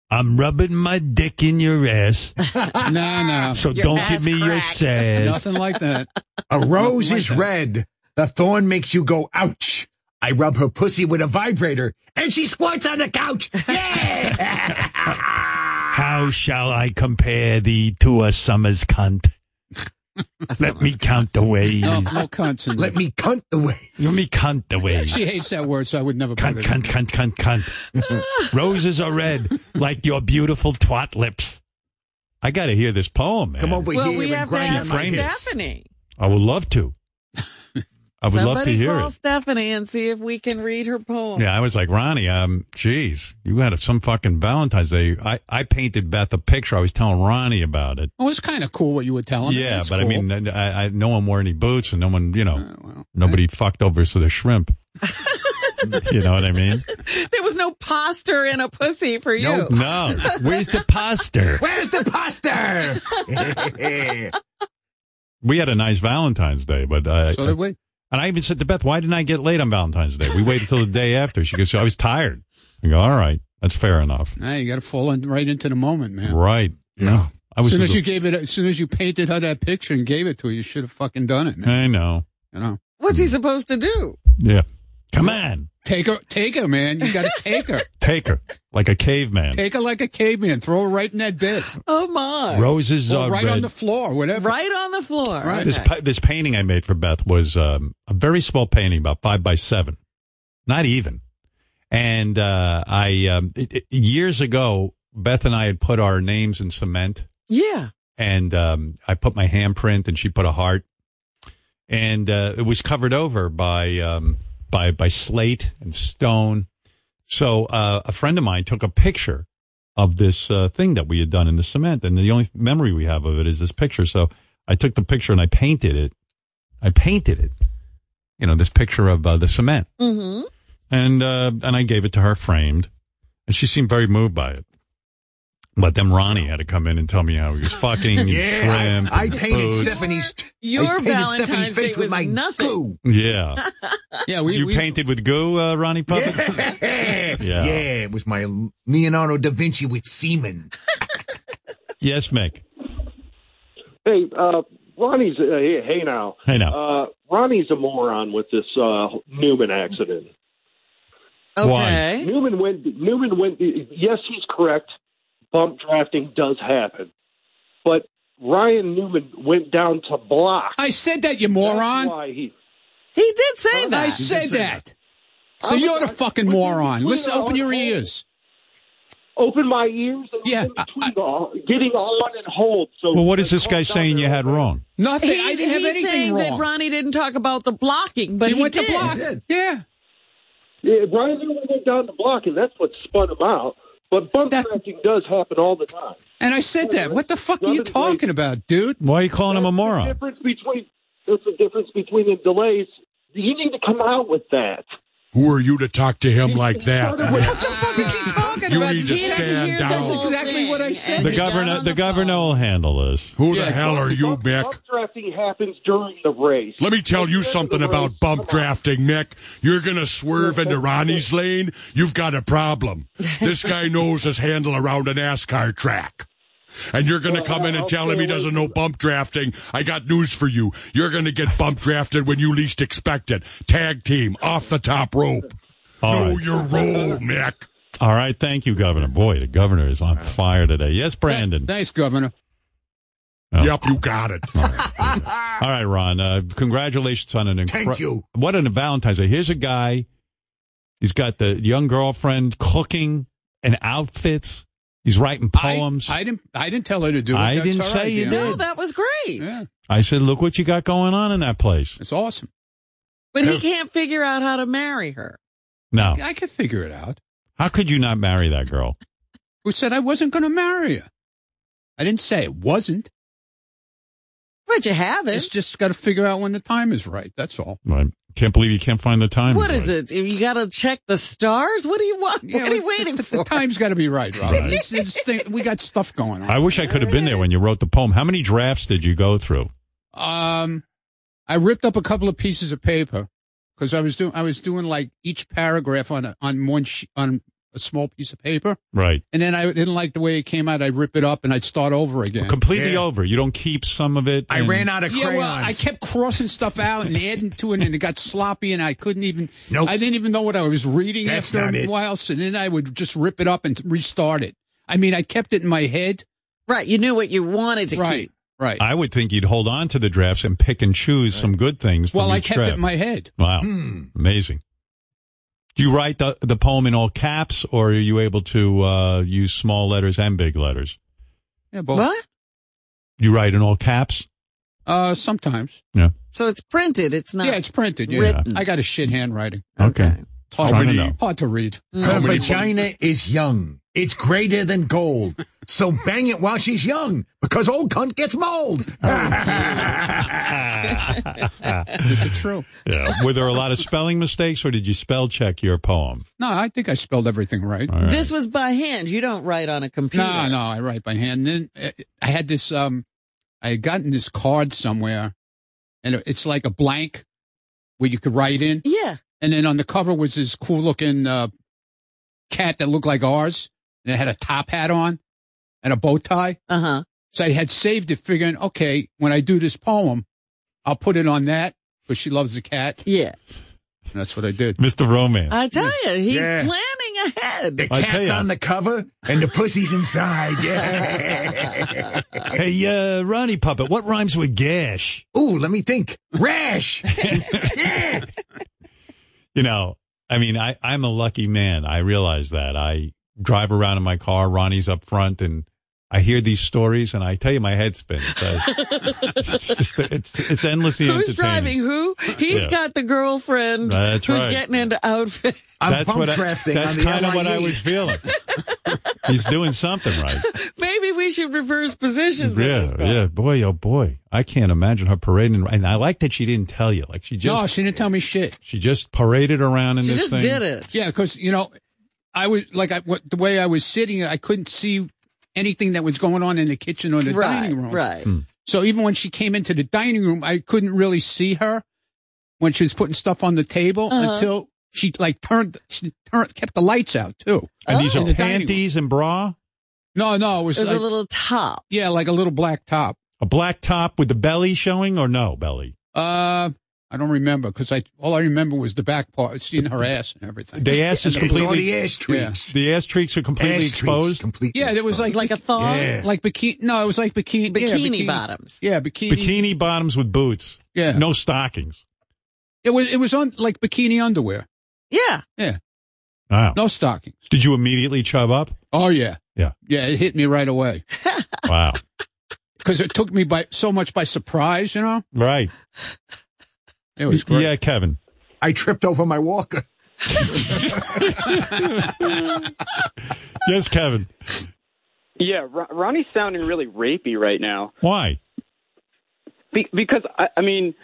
C: I'm rubbing my dick in your ass,
B: No, no,
C: so
D: Your
C: don't
D: ass
C: give me your
B: [LAUGHS]
D: crack.
C: sass.
B: nothing like that.
I: A rose
B: like
I: is
B: that.
I: red. The thorn makes you go ouch. I rub her pussy with a vibrator, and she squirts on
D: [LAUGHS]
I: the couch. Yeah.
C: How shall I compare thee to a summer's
I: [LAUGHS]
C: cunt? Let me count the ways.
B: No, no cunts in
I: Let
B: there.
I: me cunt the way.
C: Let me count the ways.
B: She hates that word, so I would never put
C: Cunt,
B: it.
C: cunt, cunt, cunt,
I: [LAUGHS]
C: cunt. Roses are red like your beautiful twat lips. I got to hear this poem, man.
I: Come over
D: Well,
I: here
D: we
I: and
D: have to
I: grind
D: ask
I: on my
C: frame it.
I: dick.
D: Stephanie.
C: I would love
I: [LAUGHS]
C: to. I would love to
D: Somebody
C: hear
D: call
C: it.
D: Stephanie and see if we can read her poem.
C: Yeah, I was like, Ronnie, um, geez, you had some fucking Valentine's Day. I, I painted Beth a picture. I was telling Ronnie about it.
B: It was kind of oh, cool what you were telling. her.
C: yeah,
B: That's
C: but I
B: cool.
C: mean, I, I, no one wore any boots and no one, you know,
B: Oh, well,
C: nobody fucked over so
B: [LAUGHS]
C: the shrimp. you know what I mean?
D: [LAUGHS] There was no poster in a pussy for you.
I: Nope.
C: No. Where's the pasta?
I: Where's the pasta?
C: We had a nice Valentine's Day, but I,
B: so did we.
C: And I even said to Beth, why didn't I get late on Valentine's Day? We waited till the day after. She goes, I was tired. I go, all right. That's fair enough.
B: Now you got to fall in, right into the moment, man.
C: Right.
O: Yeah.
C: I
B: As
C: was,
B: soon as you gave it, as soon as you painted her that picture and gave it to her, you should have fucking done it, man.
C: I know.
B: You know,
D: What's he supposed to do?
C: Yeah. Come on.
B: take her, take her, man. You got to take her,
C: Take her like a caveman.
B: take her like a caveman. Throw her right in that bed,
D: Oh my!
C: Roses
B: or
C: are
B: right
C: red.
B: on the floor, whatever.
D: Right on the floor.
B: Right.
C: this,
D: Okay.
C: pa- this painting I made for Beth was um, a very small painting, about five by seven, not even. And uh, I um, it, it- years ago, Beth and I had put our names in cement.
D: yeah.
C: and um, I put my handprint, and she put a heart, and uh, it was covered over by um, by by slate and stone. So uh, a friend of mine took a picture of this uh, thing that we had done in the cement, and the only memory we have of it is this picture. So I took the picture and I painted it. I painted it, you know, this picture of uh, the cement,
D: Mm-hmm.
C: and uh, and I gave it to her framed, and she seemed very moved by it. But then Ronnie had to come in and tell me how he was fucking and
I: [LAUGHS] yeah,
C: shrimp.
I: I, I
C: and
I: painted
C: boots.
I: Stephanie's.
D: Your
I: I painted
D: Valentine's
I: Stephanie's
D: Day
I: face with
D: was
I: my
D: nothing.
I: goo.
N: [LAUGHS]
C: Yeah.
B: Yeah, we,
C: you
B: we
C: painted with goo, uh, Ronnie Puppet?
I: Yeah.
C: Yeah.
I: yeah, it was my Leonardo da Vinci with semen.
C: [LAUGHS] Yes, Mick.
A: Hey, uh, Ronnie's. Uh, hey, hey now.
C: Hey now.
A: Uh, Ronnie's a moron with this uh, Newman accident.
D: Okay.
A: Newman went. Newman went. Yes, he's correct. Bump drafting does happen, but Ryan Newman went down to block.
B: I said that, you
A: That's
B: moron.
A: why he-
D: He did say that.
B: I said that. So
A: I was-
B: you're the
A: I-
B: fucking
A: was in
B: moron.
A: between
B: Listen,
A: all
B: open your
A: the-
B: ears.
A: Open my ears and
B: Yeah,
A: yeah,
B: I-
A: getting on and hold. So
C: Well, what is this
A: Calm
C: guy
A: down
C: saying
A: there,
C: you had
A: okay?
C: wrong?
B: Nothing.
D: He-
B: I didn't have
D: he's
B: anything
D: saying
B: wrong.
D: that Ronnie didn't talk about the blocking, but
B: he,
D: he,
B: went
D: did.
B: to block. Yeah.
P: Yeah, Brian Miller went down the block, and that's what spun him out. But bump snatching does happen all the time.
N: And I said that. What the fuck are you talking about, dude?
C: Why are you calling him a
P: The
C: moron?
P: difference between there's a difference between the delays. You need to come out with that.
B: Who are you to talk to him like [LAUGHS] that?
N: Talking
B: You
N: about
B: need to
N: Tina.
B: stand
N: Here,
B: down.
N: That's exactly what I said.
C: The governor, the governor will handle this.
B: Who the hell are you, Mick?
P: Bump drafting happens during the race.
B: Let me tell you something about bump drafting, Mick. You're going to swerve into Ronnie's lane. You've got a problem. This [LAUGHS] guy knows his handle around a NASCAR track. And you're going to come in and tell him he doesn't know bump drafting. I got news for you. You're going to get bump drafted when you least expect it. Tag team, off the top rope.
N: Oh,
C: All
B: know
C: right.
B: your role, Mick.
C: All right, thank you, Governor. Boy, the governor is on fire today. Yes, Brandon.
N: Thanks, Governor.
C: Oh.
B: Yep, you got it.
C: [LAUGHS] All right, Ron. Uh, congratulations on an incredible.
Q: Thank you.
C: What a Valentine's Day. Here's a guy. He's got the young girlfriend cooking and outfits. He's writing poems.
N: I didn't. I didn't tell her to do it.
C: I
N: That's
C: didn't
N: all
C: say
N: right,
C: you
N: Dan.
C: did.
D: No, that was great.
C: I said, look what you got going on in that place.
N: It's awesome.
D: But he can't figure out how to marry her.
C: No.
N: I could figure it out.
C: How could you not marry that girl?
N: Who said I wasn't going to marry her? I didn't say it wasn't.
D: But you haven't.
N: It's just got to figure out when the time is right. That's all.
C: I can't believe you can't find the time.
D: What is it? You got to check the stars? What do you want? what are you waiting
N: the,
D: for?
N: The time's got to be right, Robert.
D: [LAUGHS]
N: It's- it's thing- we got stuff going on.
C: I wish I could have been there when you wrote the poem. How many drafts did you go through?
N: Um, I ripped up a couple of pieces of paper because I was doing I was doing like each paragraph on a, on one she- on a small piece of paper,
C: Right.
N: and then I didn't like the way it came out. I'd rip it up and I'd start over again.
C: Completely over. You don't keep some of it.
Q: I
C: and-
Q: ran out of
N: Yeah,
Q: crayons.
N: well, I kept crossing stuff out and adding to it, and it got sloppy, and I couldn't even. I didn't even know what I was reading
Q: That's
N: after
Q: not
N: a
Q: it.
N: while, so then I would just rip it up and restart it. I mean, I kept it in my head.
D: Right. You knew what you wanted to
N: Right.
D: keep.
N: Right.
C: I would think you'd hold on to the drafts and pick and choose some good things. from
N: Well, I
C: each
N: kept it
C: draft.
N: in my head.
C: Wow,
Q: Hmm.
C: amazing. Do you write the the poem in all caps, or are you able to uh, use small letters and big letters?
N: Yeah, both.
D: What?
C: You write in all caps.
N: Uh, sometimes.
C: Yeah.
D: So it's printed. It's not.
N: Yeah, it's printed. Yeah.
D: Written.
N: I got a shit handwriting.
C: Okay.
N: It's
Q: Oh,
N: hard,
C: Trying to
N: to,
C: know.
N: hard to read.
Q: Her vagina is young. It's greater than gold. So bang it while she's young, because old cunt gets mold.
N: Is it true?
C: Yeah. Were there a lot of spelling mistakes, or did you spell check your poem?
N: No, I think I spelled everything right.
C: All right.
D: This was by hand. You don't write on a computer.
N: No, no, I write by hand. And then uh, I had this, um, I had gotten this card somewhere, and it- it's like a blank where you could write in.
D: Yeah.
N: And then on the cover was this cool looking uh, cat that looked like ours, and it had a top hat on and a bow tie.
D: Uh huh.
N: So I had saved it, figuring, okay, when I do this poem, I'll put it on that because she loves the cat.
D: Yeah.
N: And that's what I did.
C: Mr. Romance.
D: I tell you, he's
Q: Yeah.
D: planning ahead.
Q: The
C: I tell
Q: cat's
C: ya.
Q: on the cover and the pussy's inside. Yeah.
C: hey, uh, Ronnie Puppet, what rhymes with gash?
Q: Ooh, let me think. Rash.
C: You know, I mean, I, I'm a lucky man. I realize that. I drive around in my car. Ronnie's up front and I hear these stories and I tell you, my head spins. I- it's just, it's, it's endlessly
D: Who's
C: entertaining.
D: driving who? He's
C: Yeah.
D: got the girlfriend
C: That's
D: who's
C: right.
D: getting into outfits.
Q: I'm
C: that's
Q: bump
C: what
Q: drafting
C: I, that's
Q: on the
C: kind of what I
Q: LIE.
C: was feeling. He's doing something right.
D: [LAUGHS] Maybe we should reverse positions. in
C: Yeah,
D: this guy.
C: yeah. Boy, oh boy. I can't imagine her parading. And I like that she didn't tell you. Like she just,
N: no, she didn't tell me shit.
C: she just paraded around in
D: She
C: this
D: just
C: thing.
D: did it.
N: Yeah, because you know, I was like, I, what, the way I was sitting, I couldn't see anything that was going on in the kitchen or the
D: Right.
N: dining room.
D: Right.
C: Hmm.
N: So even when she came into the dining room, I couldn't really see her when she was putting stuff on the table
D: Uh-huh.
N: until she like turned, she turned, kept the lights out too.
C: And these
N: In
C: are
N: the dining room.
C: panties and bra.
N: No, no, it was,
D: There's
N: like,
D: a little top.
N: yeah, like a little black top.
C: A black top with the belly showing or no belly?
N: Uh, I don't remember because I all I remember was the back part, seeing her ass and everything.
C: The ass [LAUGHS] is
Q: It's all
C: completely.
Q: the ass tweaks.
C: The ass cheeks are completely
Q: Ass tweaks,
C: exposed.
Q: Completely
N: Yeah, it was like
D: Like a thong.
Q: Yeah.
N: like bikini. No, it was like bikini yeah,
D: Bikini bottoms.
N: Yeah, bikini.
C: Bikini bottoms with boots.
N: Yeah.
C: No stockings.
N: It was it was on like bikini underwear.
D: Yeah.
N: Yeah,
C: Wow.
N: no stockings.
C: Did you immediately chub up?
N: Oh yeah,
C: Yeah.
N: yeah. It hit me right away [LAUGHS]
C: Wow.
N: because it took me by so much by surprise. You know,
C: right.
N: it was great.
C: Yeah, Kevin.
Q: I tripped over my walker.
C: yes, Kevin.
G: Yeah, Ro- Ronnie's sounding really rapey right now.
C: Why?
G: Be- because I, I mean,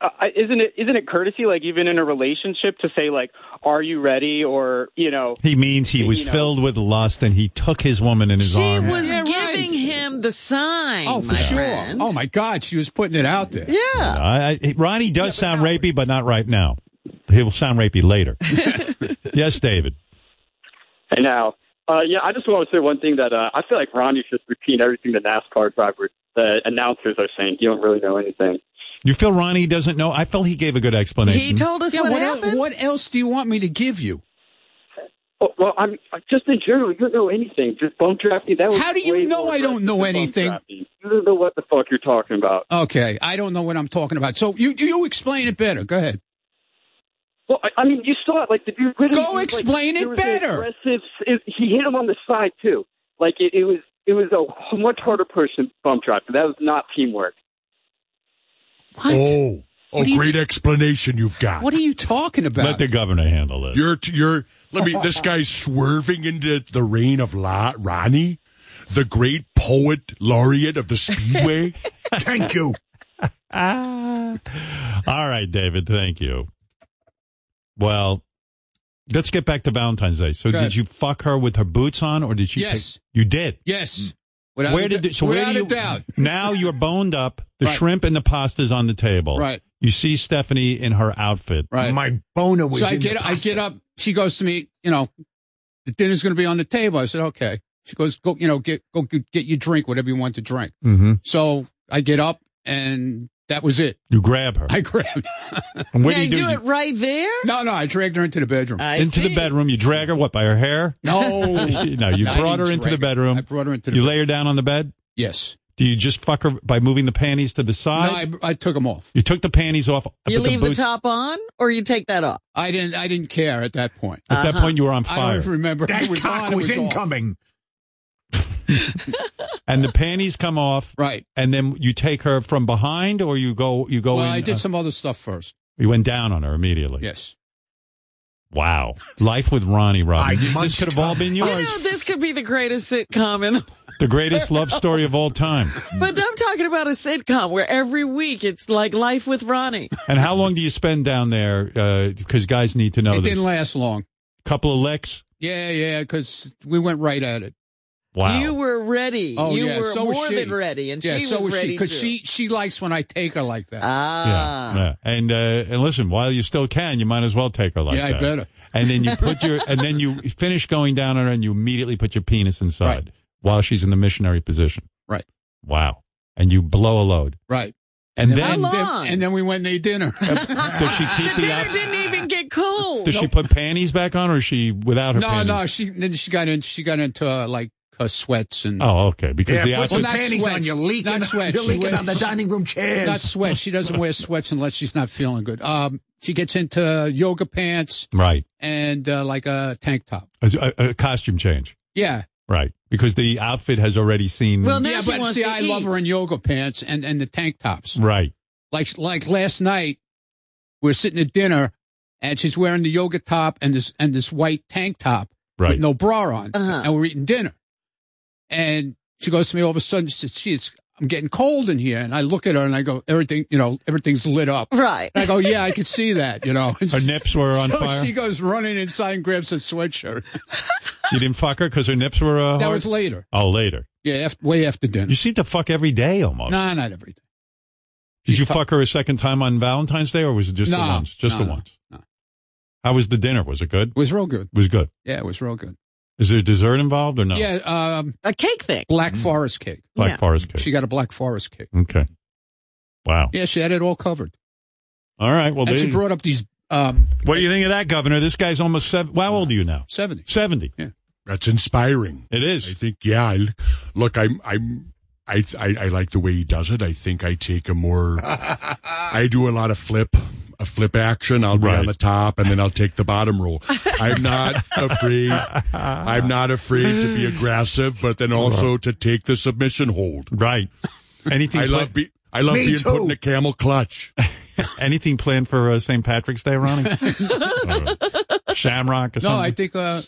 G: uh, I- isn't it isn't it courtesy like even in a relationship to say like, "Are you ready?" or you know,
C: He means he was filled with lust and he took his woman in his
D: She
C: arms.
D: was giving him the sign.
B: Oh, for
D: my
B: sure.
D: friend.
B: Oh my God, she was putting it out there.
D: Yeah.
C: [LAUGHS] I, I, Ronnie does sound rapey, but not right now. He will sound
N: [LAUGHS]
C: rapey later. yes, David.
A: Hey now, uh, yeah, I just want to say one thing that uh, I feel like Ronnie's just repeating everything the NASCAR drivers, the announcers are saying. You don't really know anything.
C: You feel Ronnie doesn't know? I felt he gave a good explanation.
D: us
B: what, happened. what else do you want me to give you?
A: Well, Oh, well I'm I'm just in general. You don't know anything. Just bump drafting. That was
B: How do you
A: way
B: know
A: more
B: I don't
A: aggressive
B: know
A: than bump
B: anything?
A: drafting. You don't know what the fuck you're talking about.
B: Okay, I don't know what I'm talking about. So you you explain it better. Go ahead.
A: Well, I, I mean, you saw it. Like the dude. Ridley,
B: Go
A: he was, like,
B: explain it
A: there was an
B: better.
A: Aggressive. It, he hit him on the side too. Like it, it was. It was a much harder push than bump drafting. That was not teamwork.
I: Oh, oh,
A: What do you-
I: great explanation you've got.
B: What are you talking about?
C: Let the governor handle this.
I: You're t- you're. Let me. this guy's swerving into the reign of La- Ronnie, the great poet laureate of
B: [LAUGHS]
I: the Speedway. Thank you.
C: [LAUGHS] All right, David. Thank you. Well, let's get back to Valentine's Day. So,
B: Go ahead.
C: did you fuck her with her boots on, or did you?
B: Yes.
C: take- you did. Mm.
B: Yes. Without
C: where
B: a
C: did
B: dou-
C: the, so where
B: without
C: do
B: a
C: you
B: doubt.
C: [LAUGHS] now you're boned up. The
B: Right.
C: shrimp and the pasta's on the table.
B: Right.
C: You see Stephanie in her outfit.
B: Right.
C: My boner
B: So I get I get up. She goes to me. You know, the dinner's going to be on the table. I said okay. She goes go. You know get go get get your drink whatever you want to drink.
C: Mm-hmm.
B: So I get up and that was
I: [LAUGHS]
B: it.
C: You grab her.
B: I grabbed.
C: And what
D: yeah,
C: do you do? You-
D: it right there.
B: No, no, I dragged her into the bedroom.
C: into the bedroom. You drag her what by her hair?
B: No,
C: [LAUGHS] no. You
B: No, I
C: brought her
B: didn't
C: into the
B: drag
C: bedroom.
B: I brought her into the.
C: You
B: bedroom.
C: lay her down on the bed.
B: Yes.
C: Do you just fuck her by moving the panties to the side?
B: No, I, I took them off.
C: you took the panties off.
D: You
C: put
D: leave the,
C: boots-
D: top on, or you take that off.
B: I didn't. I didn't care at that point.
C: At that point, you were on
B: I
C: fire,
B: don't remember.
F: That
B: It was
F: cock
B: on, it
F: was
B: was off.
F: incoming.
C: [LAUGHS] and the panties come off.
B: Right.
C: And then you take her from behind, or you go. You go.
B: Well,
C: in,
B: I did
C: uh,
B: some other stuff first.
C: You went down on her immediately.
B: Yes.
C: Wow. Life with Ronnie
F: I
C: Robin. This
F: munched
C: could have all been
D: You
C: yours.
D: know, this could be the greatest sitcom, in,
C: the greatest love story of all time.
D: but I'm talking about a sitcom where every week it's like Life with Ronnie.
C: And how long do you spend down there? Because guys need to know.
B: it
C: this.
B: didn't last long.
C: Couple of licks.
B: Yeah, yeah, because we went right at it.
C: Wow.
D: You were ready.
B: Oh
D: you
B: yeah,
D: were
B: so was
D: more
B: she.
D: than ready, and
B: yeah,
D: she
B: so
D: was, ready
B: she because
D: too.
B: she she likes when I take her like that.
D: ah.
C: Yeah. And uh, and listen, while you still can, you might as well take her like
B: Yeah, I
C: that.
B: better.
C: And then you put your and
B: [LAUGHS]
C: then you finish going down on her, and you immediately put your penis inside while she's in the missionary position.
B: Right.
C: Wow. And you blow a load.
B: Right.
C: And
B: and
C: then
D: How
B: then,
D: long?
B: and then we went and ate dinner.
C: does she keep the?
D: the dinner
C: Op-
D: didn't even get cold.
C: does she put panties back on, or is she without her?
B: no,
C: panties?
B: no, she then she got in she got into uh, like her sweats and
C: Oh, okay. Because
F: Yeah,
C: the
F: put
C: outfit.
F: some
B: Well, not
F: panties on.
B: sweats.
F: You're leaking.
B: Not sweats.
F: You're leaking
B: Sweats.
F: on the dining room chairs.
B: not sweats. She doesn't wear sweats unless she's not feeling good. Um, she gets into yoga pants
C: Right.
B: and uh, like a tank top.
C: A, a- a costume change.
B: Yeah.
C: Right. Because the outfit has already seen.
D: Well, now
B: yeah,
D: she
B: but
D: wants
B: see,
D: to
B: I love her
D: eat.
B: in yoga pants and, and the tank tops.
C: right.
B: Like like last night, we were sitting at dinner, and she's wearing the yoga top and this and this white tank top
C: Right.
B: with no bra on,
D: Uh-huh.
B: and we're eating dinner. And she goes to me all of a sudden. She says, "Gee, it's- I'm getting cold in here." And I look at her and I go, "Everything, you know, everything's lit up."
D: Right.
B: And I go, "Yeah, I could see that." You know, [LAUGHS]
C: Her nips were on
B: so
C: fire.
B: she goes running inside and grabs a sweatshirt.
C: You didn't fuck her because her nips were. Uh,
B: That
C: hard?
B: was later.
C: Oh, later.
B: Yeah, after, way after dinner.
C: You seem to fuck every day almost.
B: No, not every day.
C: Did you
B: fu-
C: fuck her a second time on Valentine's Day, or was it just the
B: No,
C: once? Just
B: no,
C: the
B: no,
C: once. How was the dinner? Was it good?
B: It was real good.
C: was good.
B: Yeah, it was real good.
C: Is there dessert involved or no?
B: Yeah, um,
D: a cake thing.
B: black forest cake.
C: Black
D: Yeah.
C: forest cake.
B: She got a black forest cake.
C: okay. Wow.
B: Yeah, she had it all covered.
C: All right. Well,
B: and
C: there
B: she
C: you-
B: brought up these um,
C: what do you think of that, Governor? This guy's almost seven. How old are you now?
B: 70.
C: Seventy.
I: That's inspiring.
C: It
I: I
C: is.
I: think, yeah. I, look, I'm, I'm, I, I, I like the way he does it. I think I take a more, I do a lot of flip, a flip action. I'll be
C: Right.
I: on the top and then I'll take the bottom roll. I'm not afraid. I'm not afraid to be aggressive, but then also to take the submission hold.
C: Right. Anything.
I: I
C: pla-
I: love be, I love
F: Me
I: being
F: too.
I: put in a camel clutch.
C: Anything planned for uh, St. Patrick's
N: [LAUGHS]
C: Day, Ronnie? Uh, Shamrock or
N: No, I
C: something?
N: think. Uh,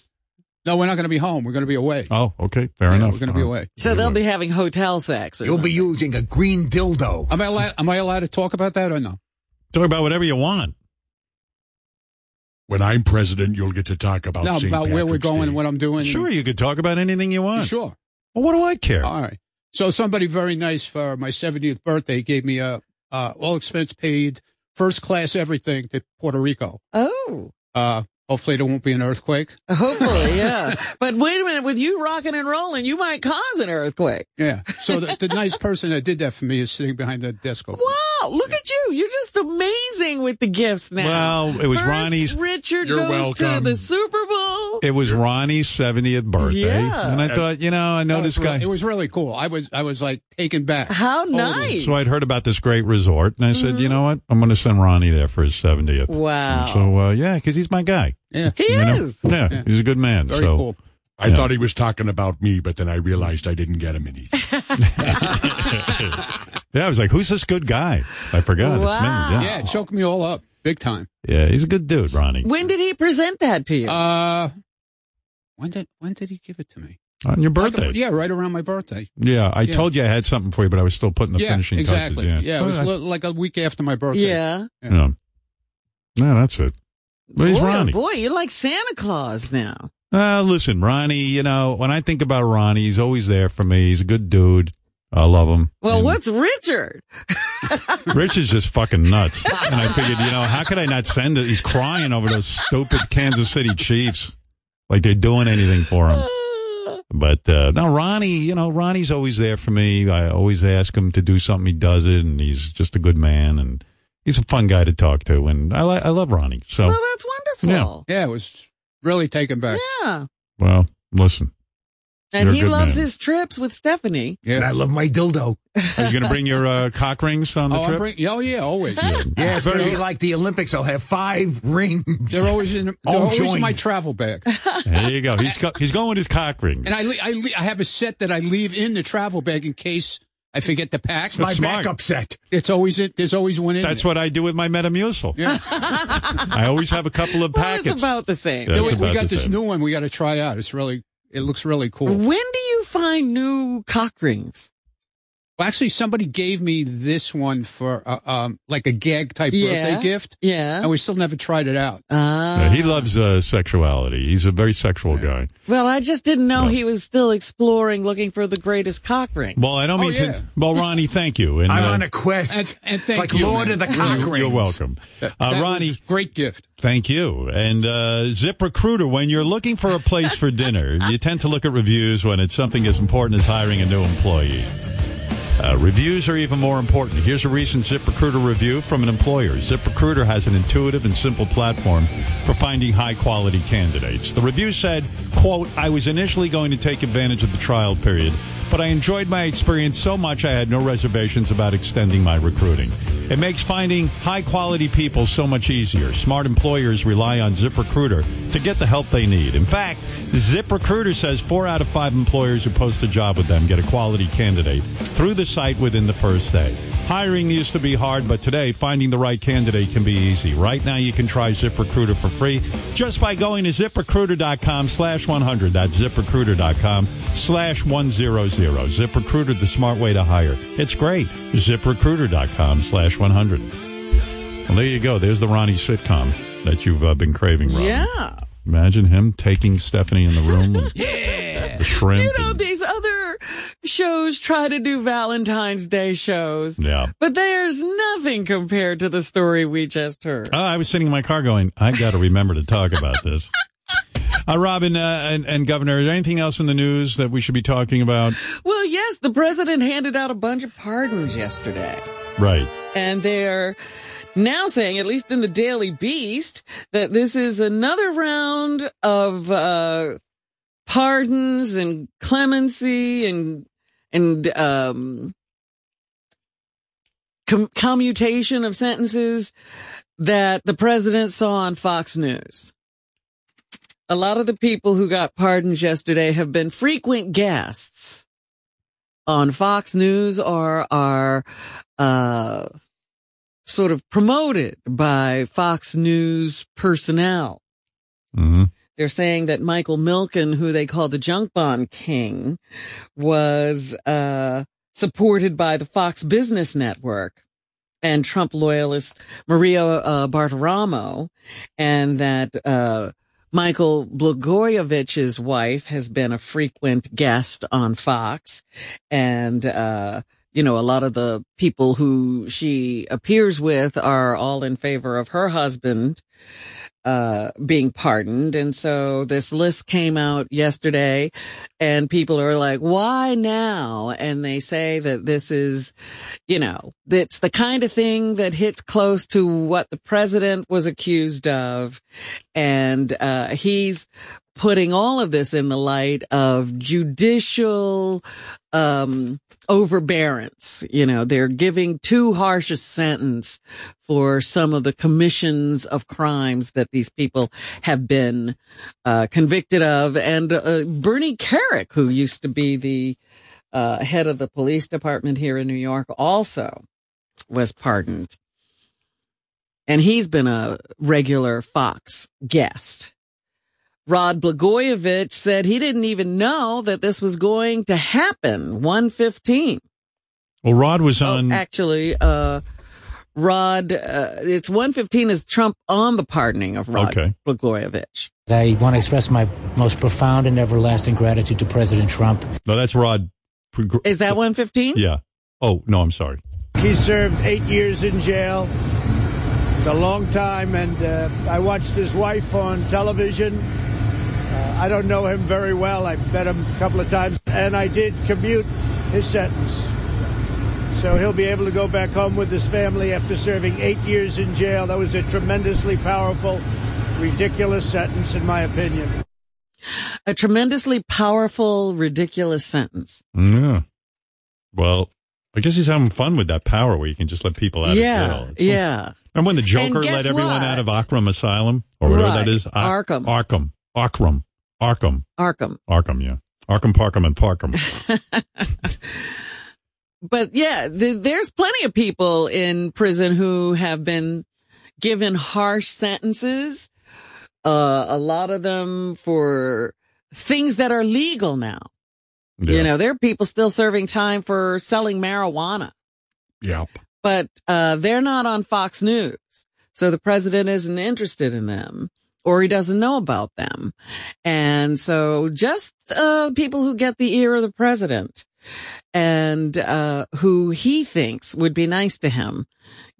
N: no, we're not going to be home. We're going to be away.
C: oh, okay. Fair
N: Yeah,
C: enough.
N: We're going to be
C: Uh,
N: away.
D: So they'll be having hotel sex. Or something.
N: using a green dildo. Am I allowed? Am I allowed to talk about that or no?
C: Talk about whatever you want.
B: When I'm president, you'll get to talk about
N: no,
B: St.
N: about where we're
B: Patrick's Day.
N: going, what I'm doing.
B: Sure,
C: you could talk about anything you want.
N: Sure.
C: Well, what do I care?
N: All right. So somebody very nice for my 70th birthday gave me a uh, all expense paid, first class everything to Puerto Rico.
D: Oh.
N: Uh, hopefully there won't be an earthquake.
D: Hopefully, yeah. But wait a minute, with you rocking and rolling, you might cause an earthquake.
N: Yeah. So the, the nice person that did that for me is sitting behind that desk. Over.
D: Wow, look at you. You're just amazing with the gifts now.
C: Well, it was
D: First,
C: Ronnie's-
D: Richard
C: You're
D: goes
C: welcome.
D: to the Super Bowl.
C: It was Ronnie's 70th birthday.
D: Yeah.
C: And I thought, you know, I know
N: That
C: this
N: was re-
C: guy.
N: it was really cool. I was I was like taken back.
D: How
N: Totally.
D: nice. Mm-hmm.
C: So I'd heard about this great resort, and I said, you know what? I'm going to send Ronnie there for his 70th.
D: Wow.
C: And so, uh, yeah, because he's my guy.
N: Yeah.
D: He
C: You know?
D: is.
C: Yeah, he's a good man.
B: Very
C: so,
B: cool. I
C: yeah.
B: thought he was talking about me, but then I realized I didn't get him anything.
C: Yeah, I was like, who's this good guy? I forgot. It's me.
N: Yeah, it choked me all up big time.
C: Yeah. yeah, he's a good dude, Ronnie.
D: When did he present that to you?
N: Uh, when did when did he give it to me?
C: On your birthday.
N: Like, yeah, right around my birthday.
C: Yeah, I
N: Yeah.
C: told you I had something for you, but I was still putting the
N: yeah,
C: finishing
N: exactly.
C: touches.
N: Yeah, it was li- like a week after my birthday.
D: Yeah.
C: Yeah. yeah. No, that's it. But he's
D: boy, oh
C: Ronnie.
D: boy, you're like Santa Claus now.
C: Uh, listen, Ronnie, you know, when I think about Ronnie, he's always there for me. He's a good dude. I love him.
D: Well, what's Richard?
C: Rich is just fucking nuts. And I figured, you know, how could I not send it? He's crying over those stupid Kansas City Chiefs. Like they're doing anything for him. But uh, now Ronnie, you know, Ronnie's always there for me. I always ask him to do something. He does it. And he's just a good man. And he's a fun guy to talk to. And I, li- I love Ronnie. So,
D: Well, that's wonderful.
N: Yeah, it was really taken back.
D: Yeah.
C: well, listen.
D: And
C: You're a
D: he
C: good
D: loves
C: man.
D: his trips with Stephanie.
N: Yeah.
Q: And I love my dildo.
C: Are you going to bring your uh, cock rings on the
N: Oh, I
C: trip?
N: bring, yeah, oh yeah, always.
Q: Yeah, it's going to
N: They're-
Q: be like the Olympics. I'll have five rings.
N: They're always in. They're
Q: All
N: always in
Q: joined.
N: my travel bag.
C: There you go. He's go- he's going with his cock ring.
N: And I, le- I, le- I have a set that I leave in the travel bag in case I forget to pack.
C: It's my That's smart. backup
N: set. It's always it. There's always one in.
C: That's
N: there.
C: what I do with my Metamucil.
N: Yeah.
C: I always have a
N: [LAUGHS]
C: couple of
D: Well,
C: packets.
D: it's about the same.
C: Yeah,
N: Then
C: it's
N: we, we
C: about
N: got
C: the
N: this
C: same.
N: new one. We got to try out. It's really. It looks really cool.
D: When do you find new cock rings?
N: Well, actually, somebody gave me this one for uh, um like a gag type
D: Yeah.
N: birthday gift,
D: Yeah.
N: and we still never tried it out.
D: Ah.
C: Yeah, he loves uh, sexuality. He's a very sexual guy.
D: Well, I just didn't know
C: No.
D: he was still exploring, looking for the greatest cock ring.
C: Well, I don't
N: Oh,
C: mean
N: yeah.
C: to. Well, Ronnie, thank you. And,
Q: I'm
C: uh,
Q: on a quest.
N: And, and
Q: it's
N: thank
Q: like
N: you,
Q: Lord
N: man.
Q: of the Cock
C: you're,
Q: Rings.
C: you're welcome.
N: That-
C: Uh,
N: that
C: Ronnie,
N: was great gift.
C: thank you. And uh, Zip Recruiter, when you're looking for a place
N: [LAUGHS]
C: for dinner, you tend to look at reviews when it's something as important as hiring a new employee. Uh, reviews are even more important. Here's a recent ZipRecruiter review from an employer. ZipRecruiter has an intuitive and simple platform for finding high quality candidates. The review said, quote, I was initially going to take advantage of the trial period, but I enjoyed my experience so much I had no reservations about extending my recruiting. It makes finding high quality people so much easier. Smart employers rely on ZipRecruiter to get the help they need. In fact, ZipRecruiter says four out of five employers who post a job with them get a quality candidate through the site within the first day. Hiring used to be hard, but today finding the right candidate can be easy. Right now, you can try ZipRecruiter for free just by going to ZipRecruiter.com slash 100. That's ZipRecruiter.com slash 100. ZipRecruiter, the smart way to hire. It's great. ZipRecruiter.com slash 100. Well, there you go. There's the Ronnie sitcom that you've uh, been craving, Ronnie.
D: Yeah.
C: Imagine him taking Stephanie in the room.
D: [LAUGHS]
C: And The shrimp.
D: You know,
C: and-
D: these other shows try to do Valentine's Day shows,
C: yeah.
D: but there's nothing compared to the story we just heard.
C: Oh, I was sitting in my car going, I got to remember to talk about
D: [LAUGHS]
C: this. Uh, Robin uh, and, and Governor, is there anything else in the news that we should be talking about?
D: Well, yes, the president handed out a bunch of pardons yesterday.
C: Right.
D: And they're now saying, at least in the Daily Beast, that this is another round of uh, pardons and clemency and and um, com- commutation of sentences that the president saw on Fox News. A lot of the people who got pardons yesterday have been frequent guests on Fox News or are uh, sort of promoted by Fox News personnel.
C: Mm-hmm.
D: They're saying that Michael Milken, who they call the junk bond king, was uh, supported by the Fox Business Network and Trump loyalist Maria uh, Bartiromo, and that uh, Michael Blagojevich's wife has been a frequent guest on Fox, and uh, you know a lot of the people who she appears with are all in favor of her husband uh, being pardoned. And so this list came out yesterday and people are like, why now? And they say that this is, you know, it's the kind of thing that hits close to what the president was accused of. And, uh, he's putting all of this in the light of judicial, um, overbearance. You know, they're giving too harsh a sentence for some of the commissions of crimes that these people have been uh, convicted of. And uh, Bernie Carrick, who used to be the uh, head of the police department here in New York, also was pardoned. And he's been a regular Fox guest. Rod Blagojevich said he didn't even know that this was going to happen. 115.
C: Well, Rod was
D: Oh,
C: on.
D: Actually, uh, Rod, uh, it's 115 is Trump on the pardoning of Rod
C: Okay.
D: Blagojevich.
R: I want to express my most profound and everlasting gratitude to President Trump.
C: No, that's Rod. Prog-
D: Is that 115?
C: Yeah. Oh no, I'm sorry.
S: He served eight years in jail. It's a long time, and uh, I watched his wife on television. Uh, I don't know him very well. I've met him a couple of times, and I did commute his sentence. So he'll be able to go back home with his family after serving eight years in jail. That was a tremendously powerful, ridiculous sentence, in my opinion.
D: A tremendously powerful, ridiculous sentence.
C: Yeah. Well, I guess he's having fun with that power where you can just let people out
D: yeah.
C: of jail. It's like-
D: yeah.
C: Remember when the Joker
D: And guess
C: let everyone
D: what?
C: out of Arkham Asylum or whatever
D: Right.
C: that is? Ar-
D: Arkham.
C: Arkham. Arkham. Arkham.
D: Arkham.
C: Arkham. Yeah. Arkham, Parkham, and
D: [LAUGHS]
C: Parkham.
D: but yeah, th- there's plenty of people in prison who have been given harsh sentences. Uh, a lot of them for things that are legal now. You know, there are people still serving time for selling marijuana,
B: Yep.
D: but, uh, they're not on Fox News. So the president isn't interested in them or he doesn't know about them. And so just, uh, people who get the ear of the president and, uh, who he thinks would be nice to him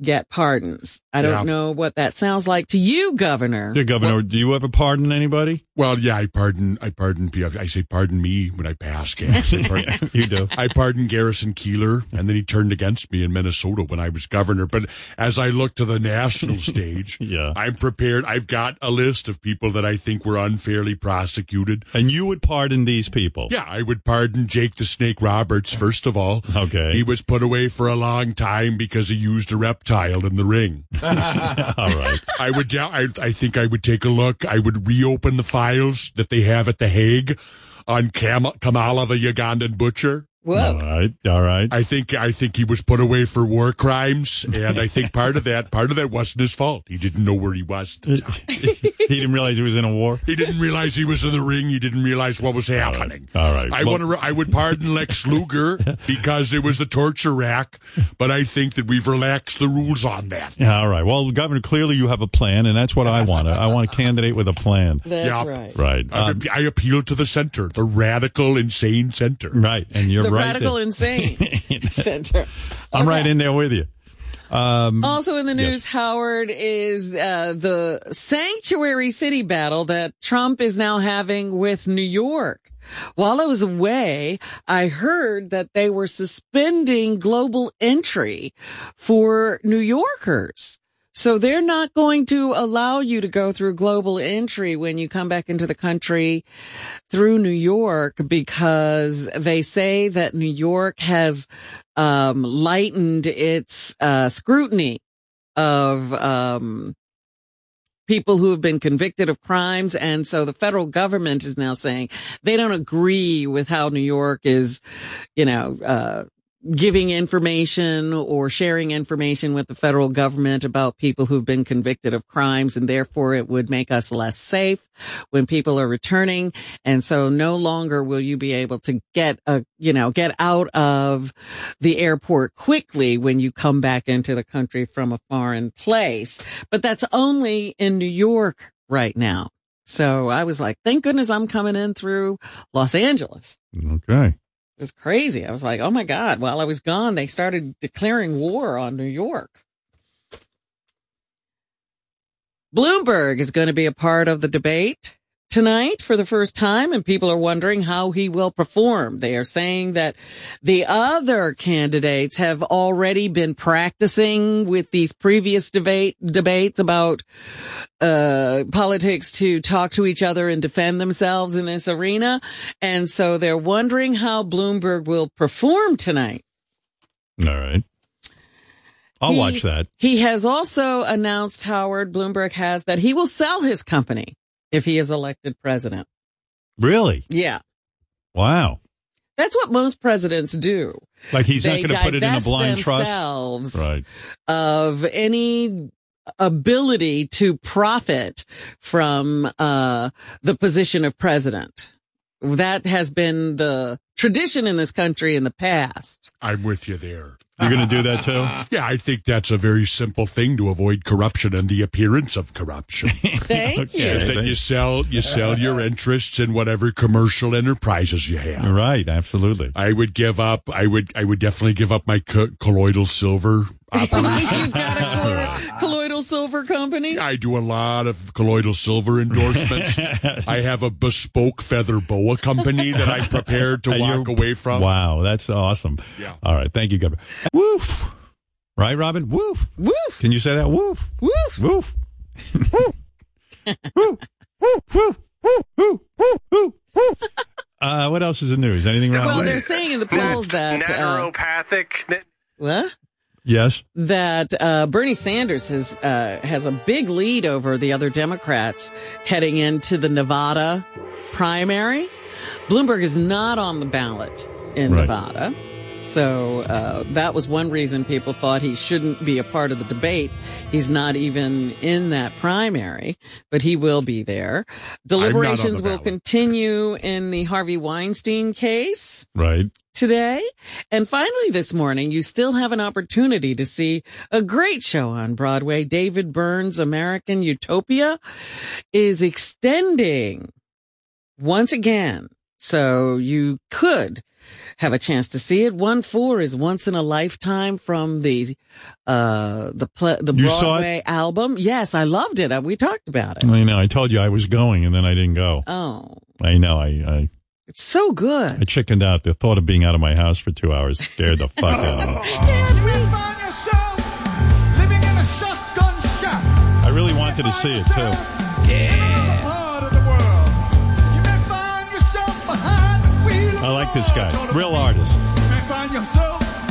D: get pardons. I don't
B: Yeah.
D: know what that sounds like to you, governor.
B: Yeah, Governor,
C: do you ever pardon anybody?
B: Well, yeah, I pardon. I pardon. I say pardon me when I pass
C: [LAUGHS]
B: gas. I pardon-
C: you do.
B: I pardon Garrison Keeler, and then he turned against me in Minnesota when I was governor. But as I look to the
C: [LAUGHS]
B: national stage,
C: yeah.
B: I'm prepared. I've got a list of people that I think were unfairly prosecuted,
C: and you would pardon these people.
B: Yeah, I would pardon Jake the Snake Roberts first of all.
C: Okay,
B: he was put away for a long time because he used a reptile in the ring.
C: [LAUGHS] All right.
B: I would. Yeah, I, I think I would take a look. I would reopen the files that they have at the Hague on Kam- Kamala, the Ugandan butcher.
D: Whoa.
C: All right. All right.
B: I think I think he was put away for war crimes, and I think part of that part of that wasn't his fault. He didn't know where he was. at the time.
C: he didn't realize he was in a war.
B: He didn't realize he was in the ring. He didn't realize what was happening.
C: All right.
B: I
C: Well-
B: want to. I would pardon Lex
C: [LAUGHS]
B: Luger because it was the torture rack, but I think that we've relaxed the rules on that.
C: Yeah, all right. Well, Governor, clearly you have a plan, and that's what I want. I want a candidate with a plan.
D: That's
B: Yup.
D: right.
C: Right.
B: I,
C: Um,
B: I appeal to the center, the radical, insane center.
C: Right. And you're
D: the
C: right.
D: radical
C: there.
D: insane
C: [LAUGHS]
D: center.
C: I'm right in there with you. Um,
D: Also in the
C: yes.
D: news, Howard is uh, the sanctuary city battle that Trump is now having with New York. While I was away, I heard that they were suspending global entry for New Yorkers. So they're not going to allow you to go through global entry when you come back into the country through New York because they say that New York has um, lightened its uh, scrutiny of um, people who have been convicted of crimes. And so the federal government is now saying they don't agree with how New York is, you know, uh, giving information or sharing information with the federal government about people who've been convicted of crimes and therefore it would make us less safe when people are returning. And so no longer will you be able to get a, you know, get out of the airport quickly when you come back into the country from a foreign place. But that's only in New York right now. So I was like, thank goodness I'm coming in through Los Angeles.
C: Okay.
D: It was crazy. I was like, oh my God, while I was gone, they started declaring war on New York. Bloomberg is going to be a part of the debate tonight for the first time, and people are wondering how he will perform. They are saying that the other candidates have already been practicing with these previous debate debates about uh, politics to talk to each other and defend themselves in this arena, and so they're wondering how Bloomberg will perform tonight.
C: All right. I'll
D: He-
C: watch that.
D: He has also announced, Howard Bloomberg has, that he will sell his company if he is elected president.
C: Really?
D: Yeah.
C: Wow.
D: That's what most presidents do.
C: Like he's
D: They
C: not going to put it in a
D: divest
C: blind
D: themselves
C: trust. Right.
D: Of any ability to profit from uh, the position of president. That has been the tradition in this country in the past.
B: I'm with you there.
C: You're going to do that too?
D: [LAUGHS]
B: Yeah, I think that's a very simple thing to avoid corruption and the appearance of
C: [LAUGHS]
B: corruption.
D: Thank you. [LAUGHS]
B: Is that you sell you sell your interests in whatever commercial enterprises you have.
C: Right, absolutely.
B: I would give up. I would. I would definitely give up my co- colloidal silver operation.
D: Colloidal Silver Company.
B: I do a lot of colloidal silver endorsements. I have a bespoke feather boa company that I'm prepared to
C: And
B: walk
C: you're-
B: away from.
C: Wow, that's awesome.
B: Yeah.
C: All right, thank you, Governor. Woof. Right, Robin? Woof.
D: Woof.
C: Can you say that? Woof.
D: Woof. [LAUGHS]
C: Woof. Woof. Woof. Woof. Woof. Woof. Woof. Woof. Woof. Uh, what else is the news? Anything wrong?
D: Well, they're saying in the polls that uh,
E: Neuropathic.
D: what?
C: yes.
D: that uh, Bernie Sanders has uh, has a big lead over the other Democrats heading into the Nevada primary. Bloomberg is not on the ballot in
T: Right.
D: Nevada, so uh, that was one reason people thought he shouldn't be a part of the debate. He's not even in that primary, but he will be there.
C: not on the
D: Deliberations will
C: ballot.
D: continue in the Harvey Weinstein case
C: Right.
D: today. And finally, this morning, you still have an opportunity to see a great show on Broadway. David Burns' American Utopia is extending once again. So you could have a chance to see it. One four is once in a lifetime from the, uh, the, pla the
C: You saw it?
D: Broadway album. Yes, I loved it. Uh, We talked about it.
C: I know. I told you I was going, and then I didn't go.
D: Oh,
C: I know. I, I
D: it's so good.
C: I chickened out. The thought of being out of my house for two hours scared the fuck out of me. I really wanted to see it too. Yeah. I like this guy. Real artist.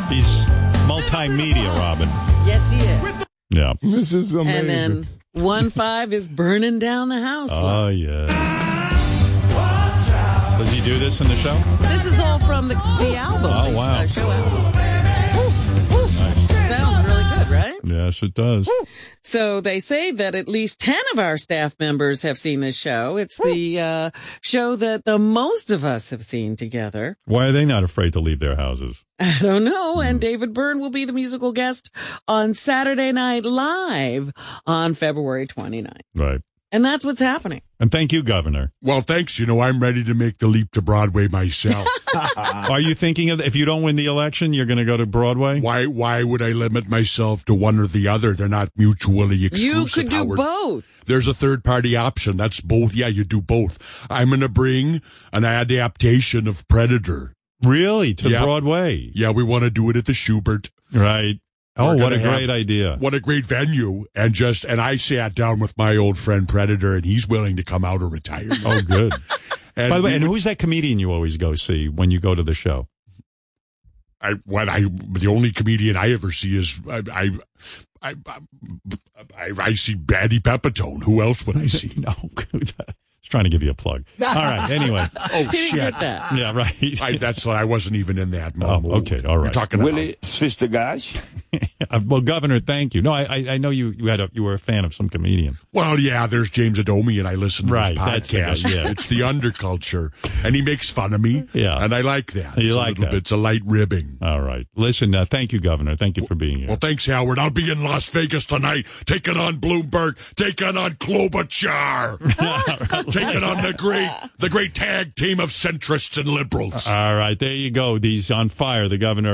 C: He's multimedia, Robin.
D: Yes, he is.
C: Yeah.
U: This is amazing.
D: And then one five is burning down the house.
C: Oh yeah. Does he do this in the show?
D: This is all from the, the album.
C: Oh,
D: the,
C: wow.
D: uh, show album. Sounds really good, right?
C: Yes, it does.
D: So they say that at least 10 of our staff members have seen this show. It's the uh, show that the most of us have seen together. [LAUGHS]
C: Why are they not afraid to leave their houses?
D: I don't
C: Hmm.
D: know. And David Byrne will be the musical guest on Saturday Night Live on February 29th.
C: Right.
D: And that's what's happening.
C: And thank you, Governor.
B: Well, thanks. You know, I'm ready to make the leap to Broadway myself.
C: Are you thinking of if you don't win the election, you're going to go to Broadway?
B: Why? Why would I limit myself to one or the other? They're not mutually exclusive.
D: You could do
B: Howard.
D: both.
B: There's a third party option. That's both. Yeah, you do both. I'm going to bring an adaptation of Predator.
C: Really? To
B: Yeah.
C: Broadway?
B: Yeah, we want to do it at the Schubert.
C: Right. Oh,
B: We're
C: what
B: gonna
C: a great
B: have-
C: idea.
B: What a great venue. And just, and I sat down with my old friend Predator and he's willing to come out of retirement.
C: Oh, [LAUGHS] good.
B: [LAUGHS] And
C: By the way,
B: we
C: and
B: would-
C: who's that comedian you always go see when you go to the show? [LAUGHS]
B: I, when I, the only comedian I ever see is, I, I,
C: [LAUGHS]
B: I, I, I see Batty Pepitone. Who else would I see?
C: no. was trying to give you a plug. All [LAUGHS] right. Anyway.
B: oh shit!
C: Yeah, [LAUGHS] right.
B: I, that's I wasn't even in that. Oh,
C: okay, all right.
B: You're talking
C: Willie
B: Svistigash.
C: Uh, well, Governor, thank you. No, I, I, I know you, you had a, you were a fan of some comedian.
B: Well, yeah, there's James Adomi, and I listen to his
C: Right, that's the guy,
B: podcast.
C: yeah.
B: It's the underculture, and he makes fun of me.
C: Yeah.
B: and I like that.
C: You
B: it's
C: like
B: a little
C: that.
B: bit. It's a light ribbing.
C: All right. Listen, uh, thank you, Governor. Thank you for being here.
B: Well, thanks, Howard. I'll be in Las Vegas tonight, taking on Bloomberg, taking on Klobuchar, taking on the great, the great tag team of centrists and liberals.
C: All right. There you go. These on fire. The governor.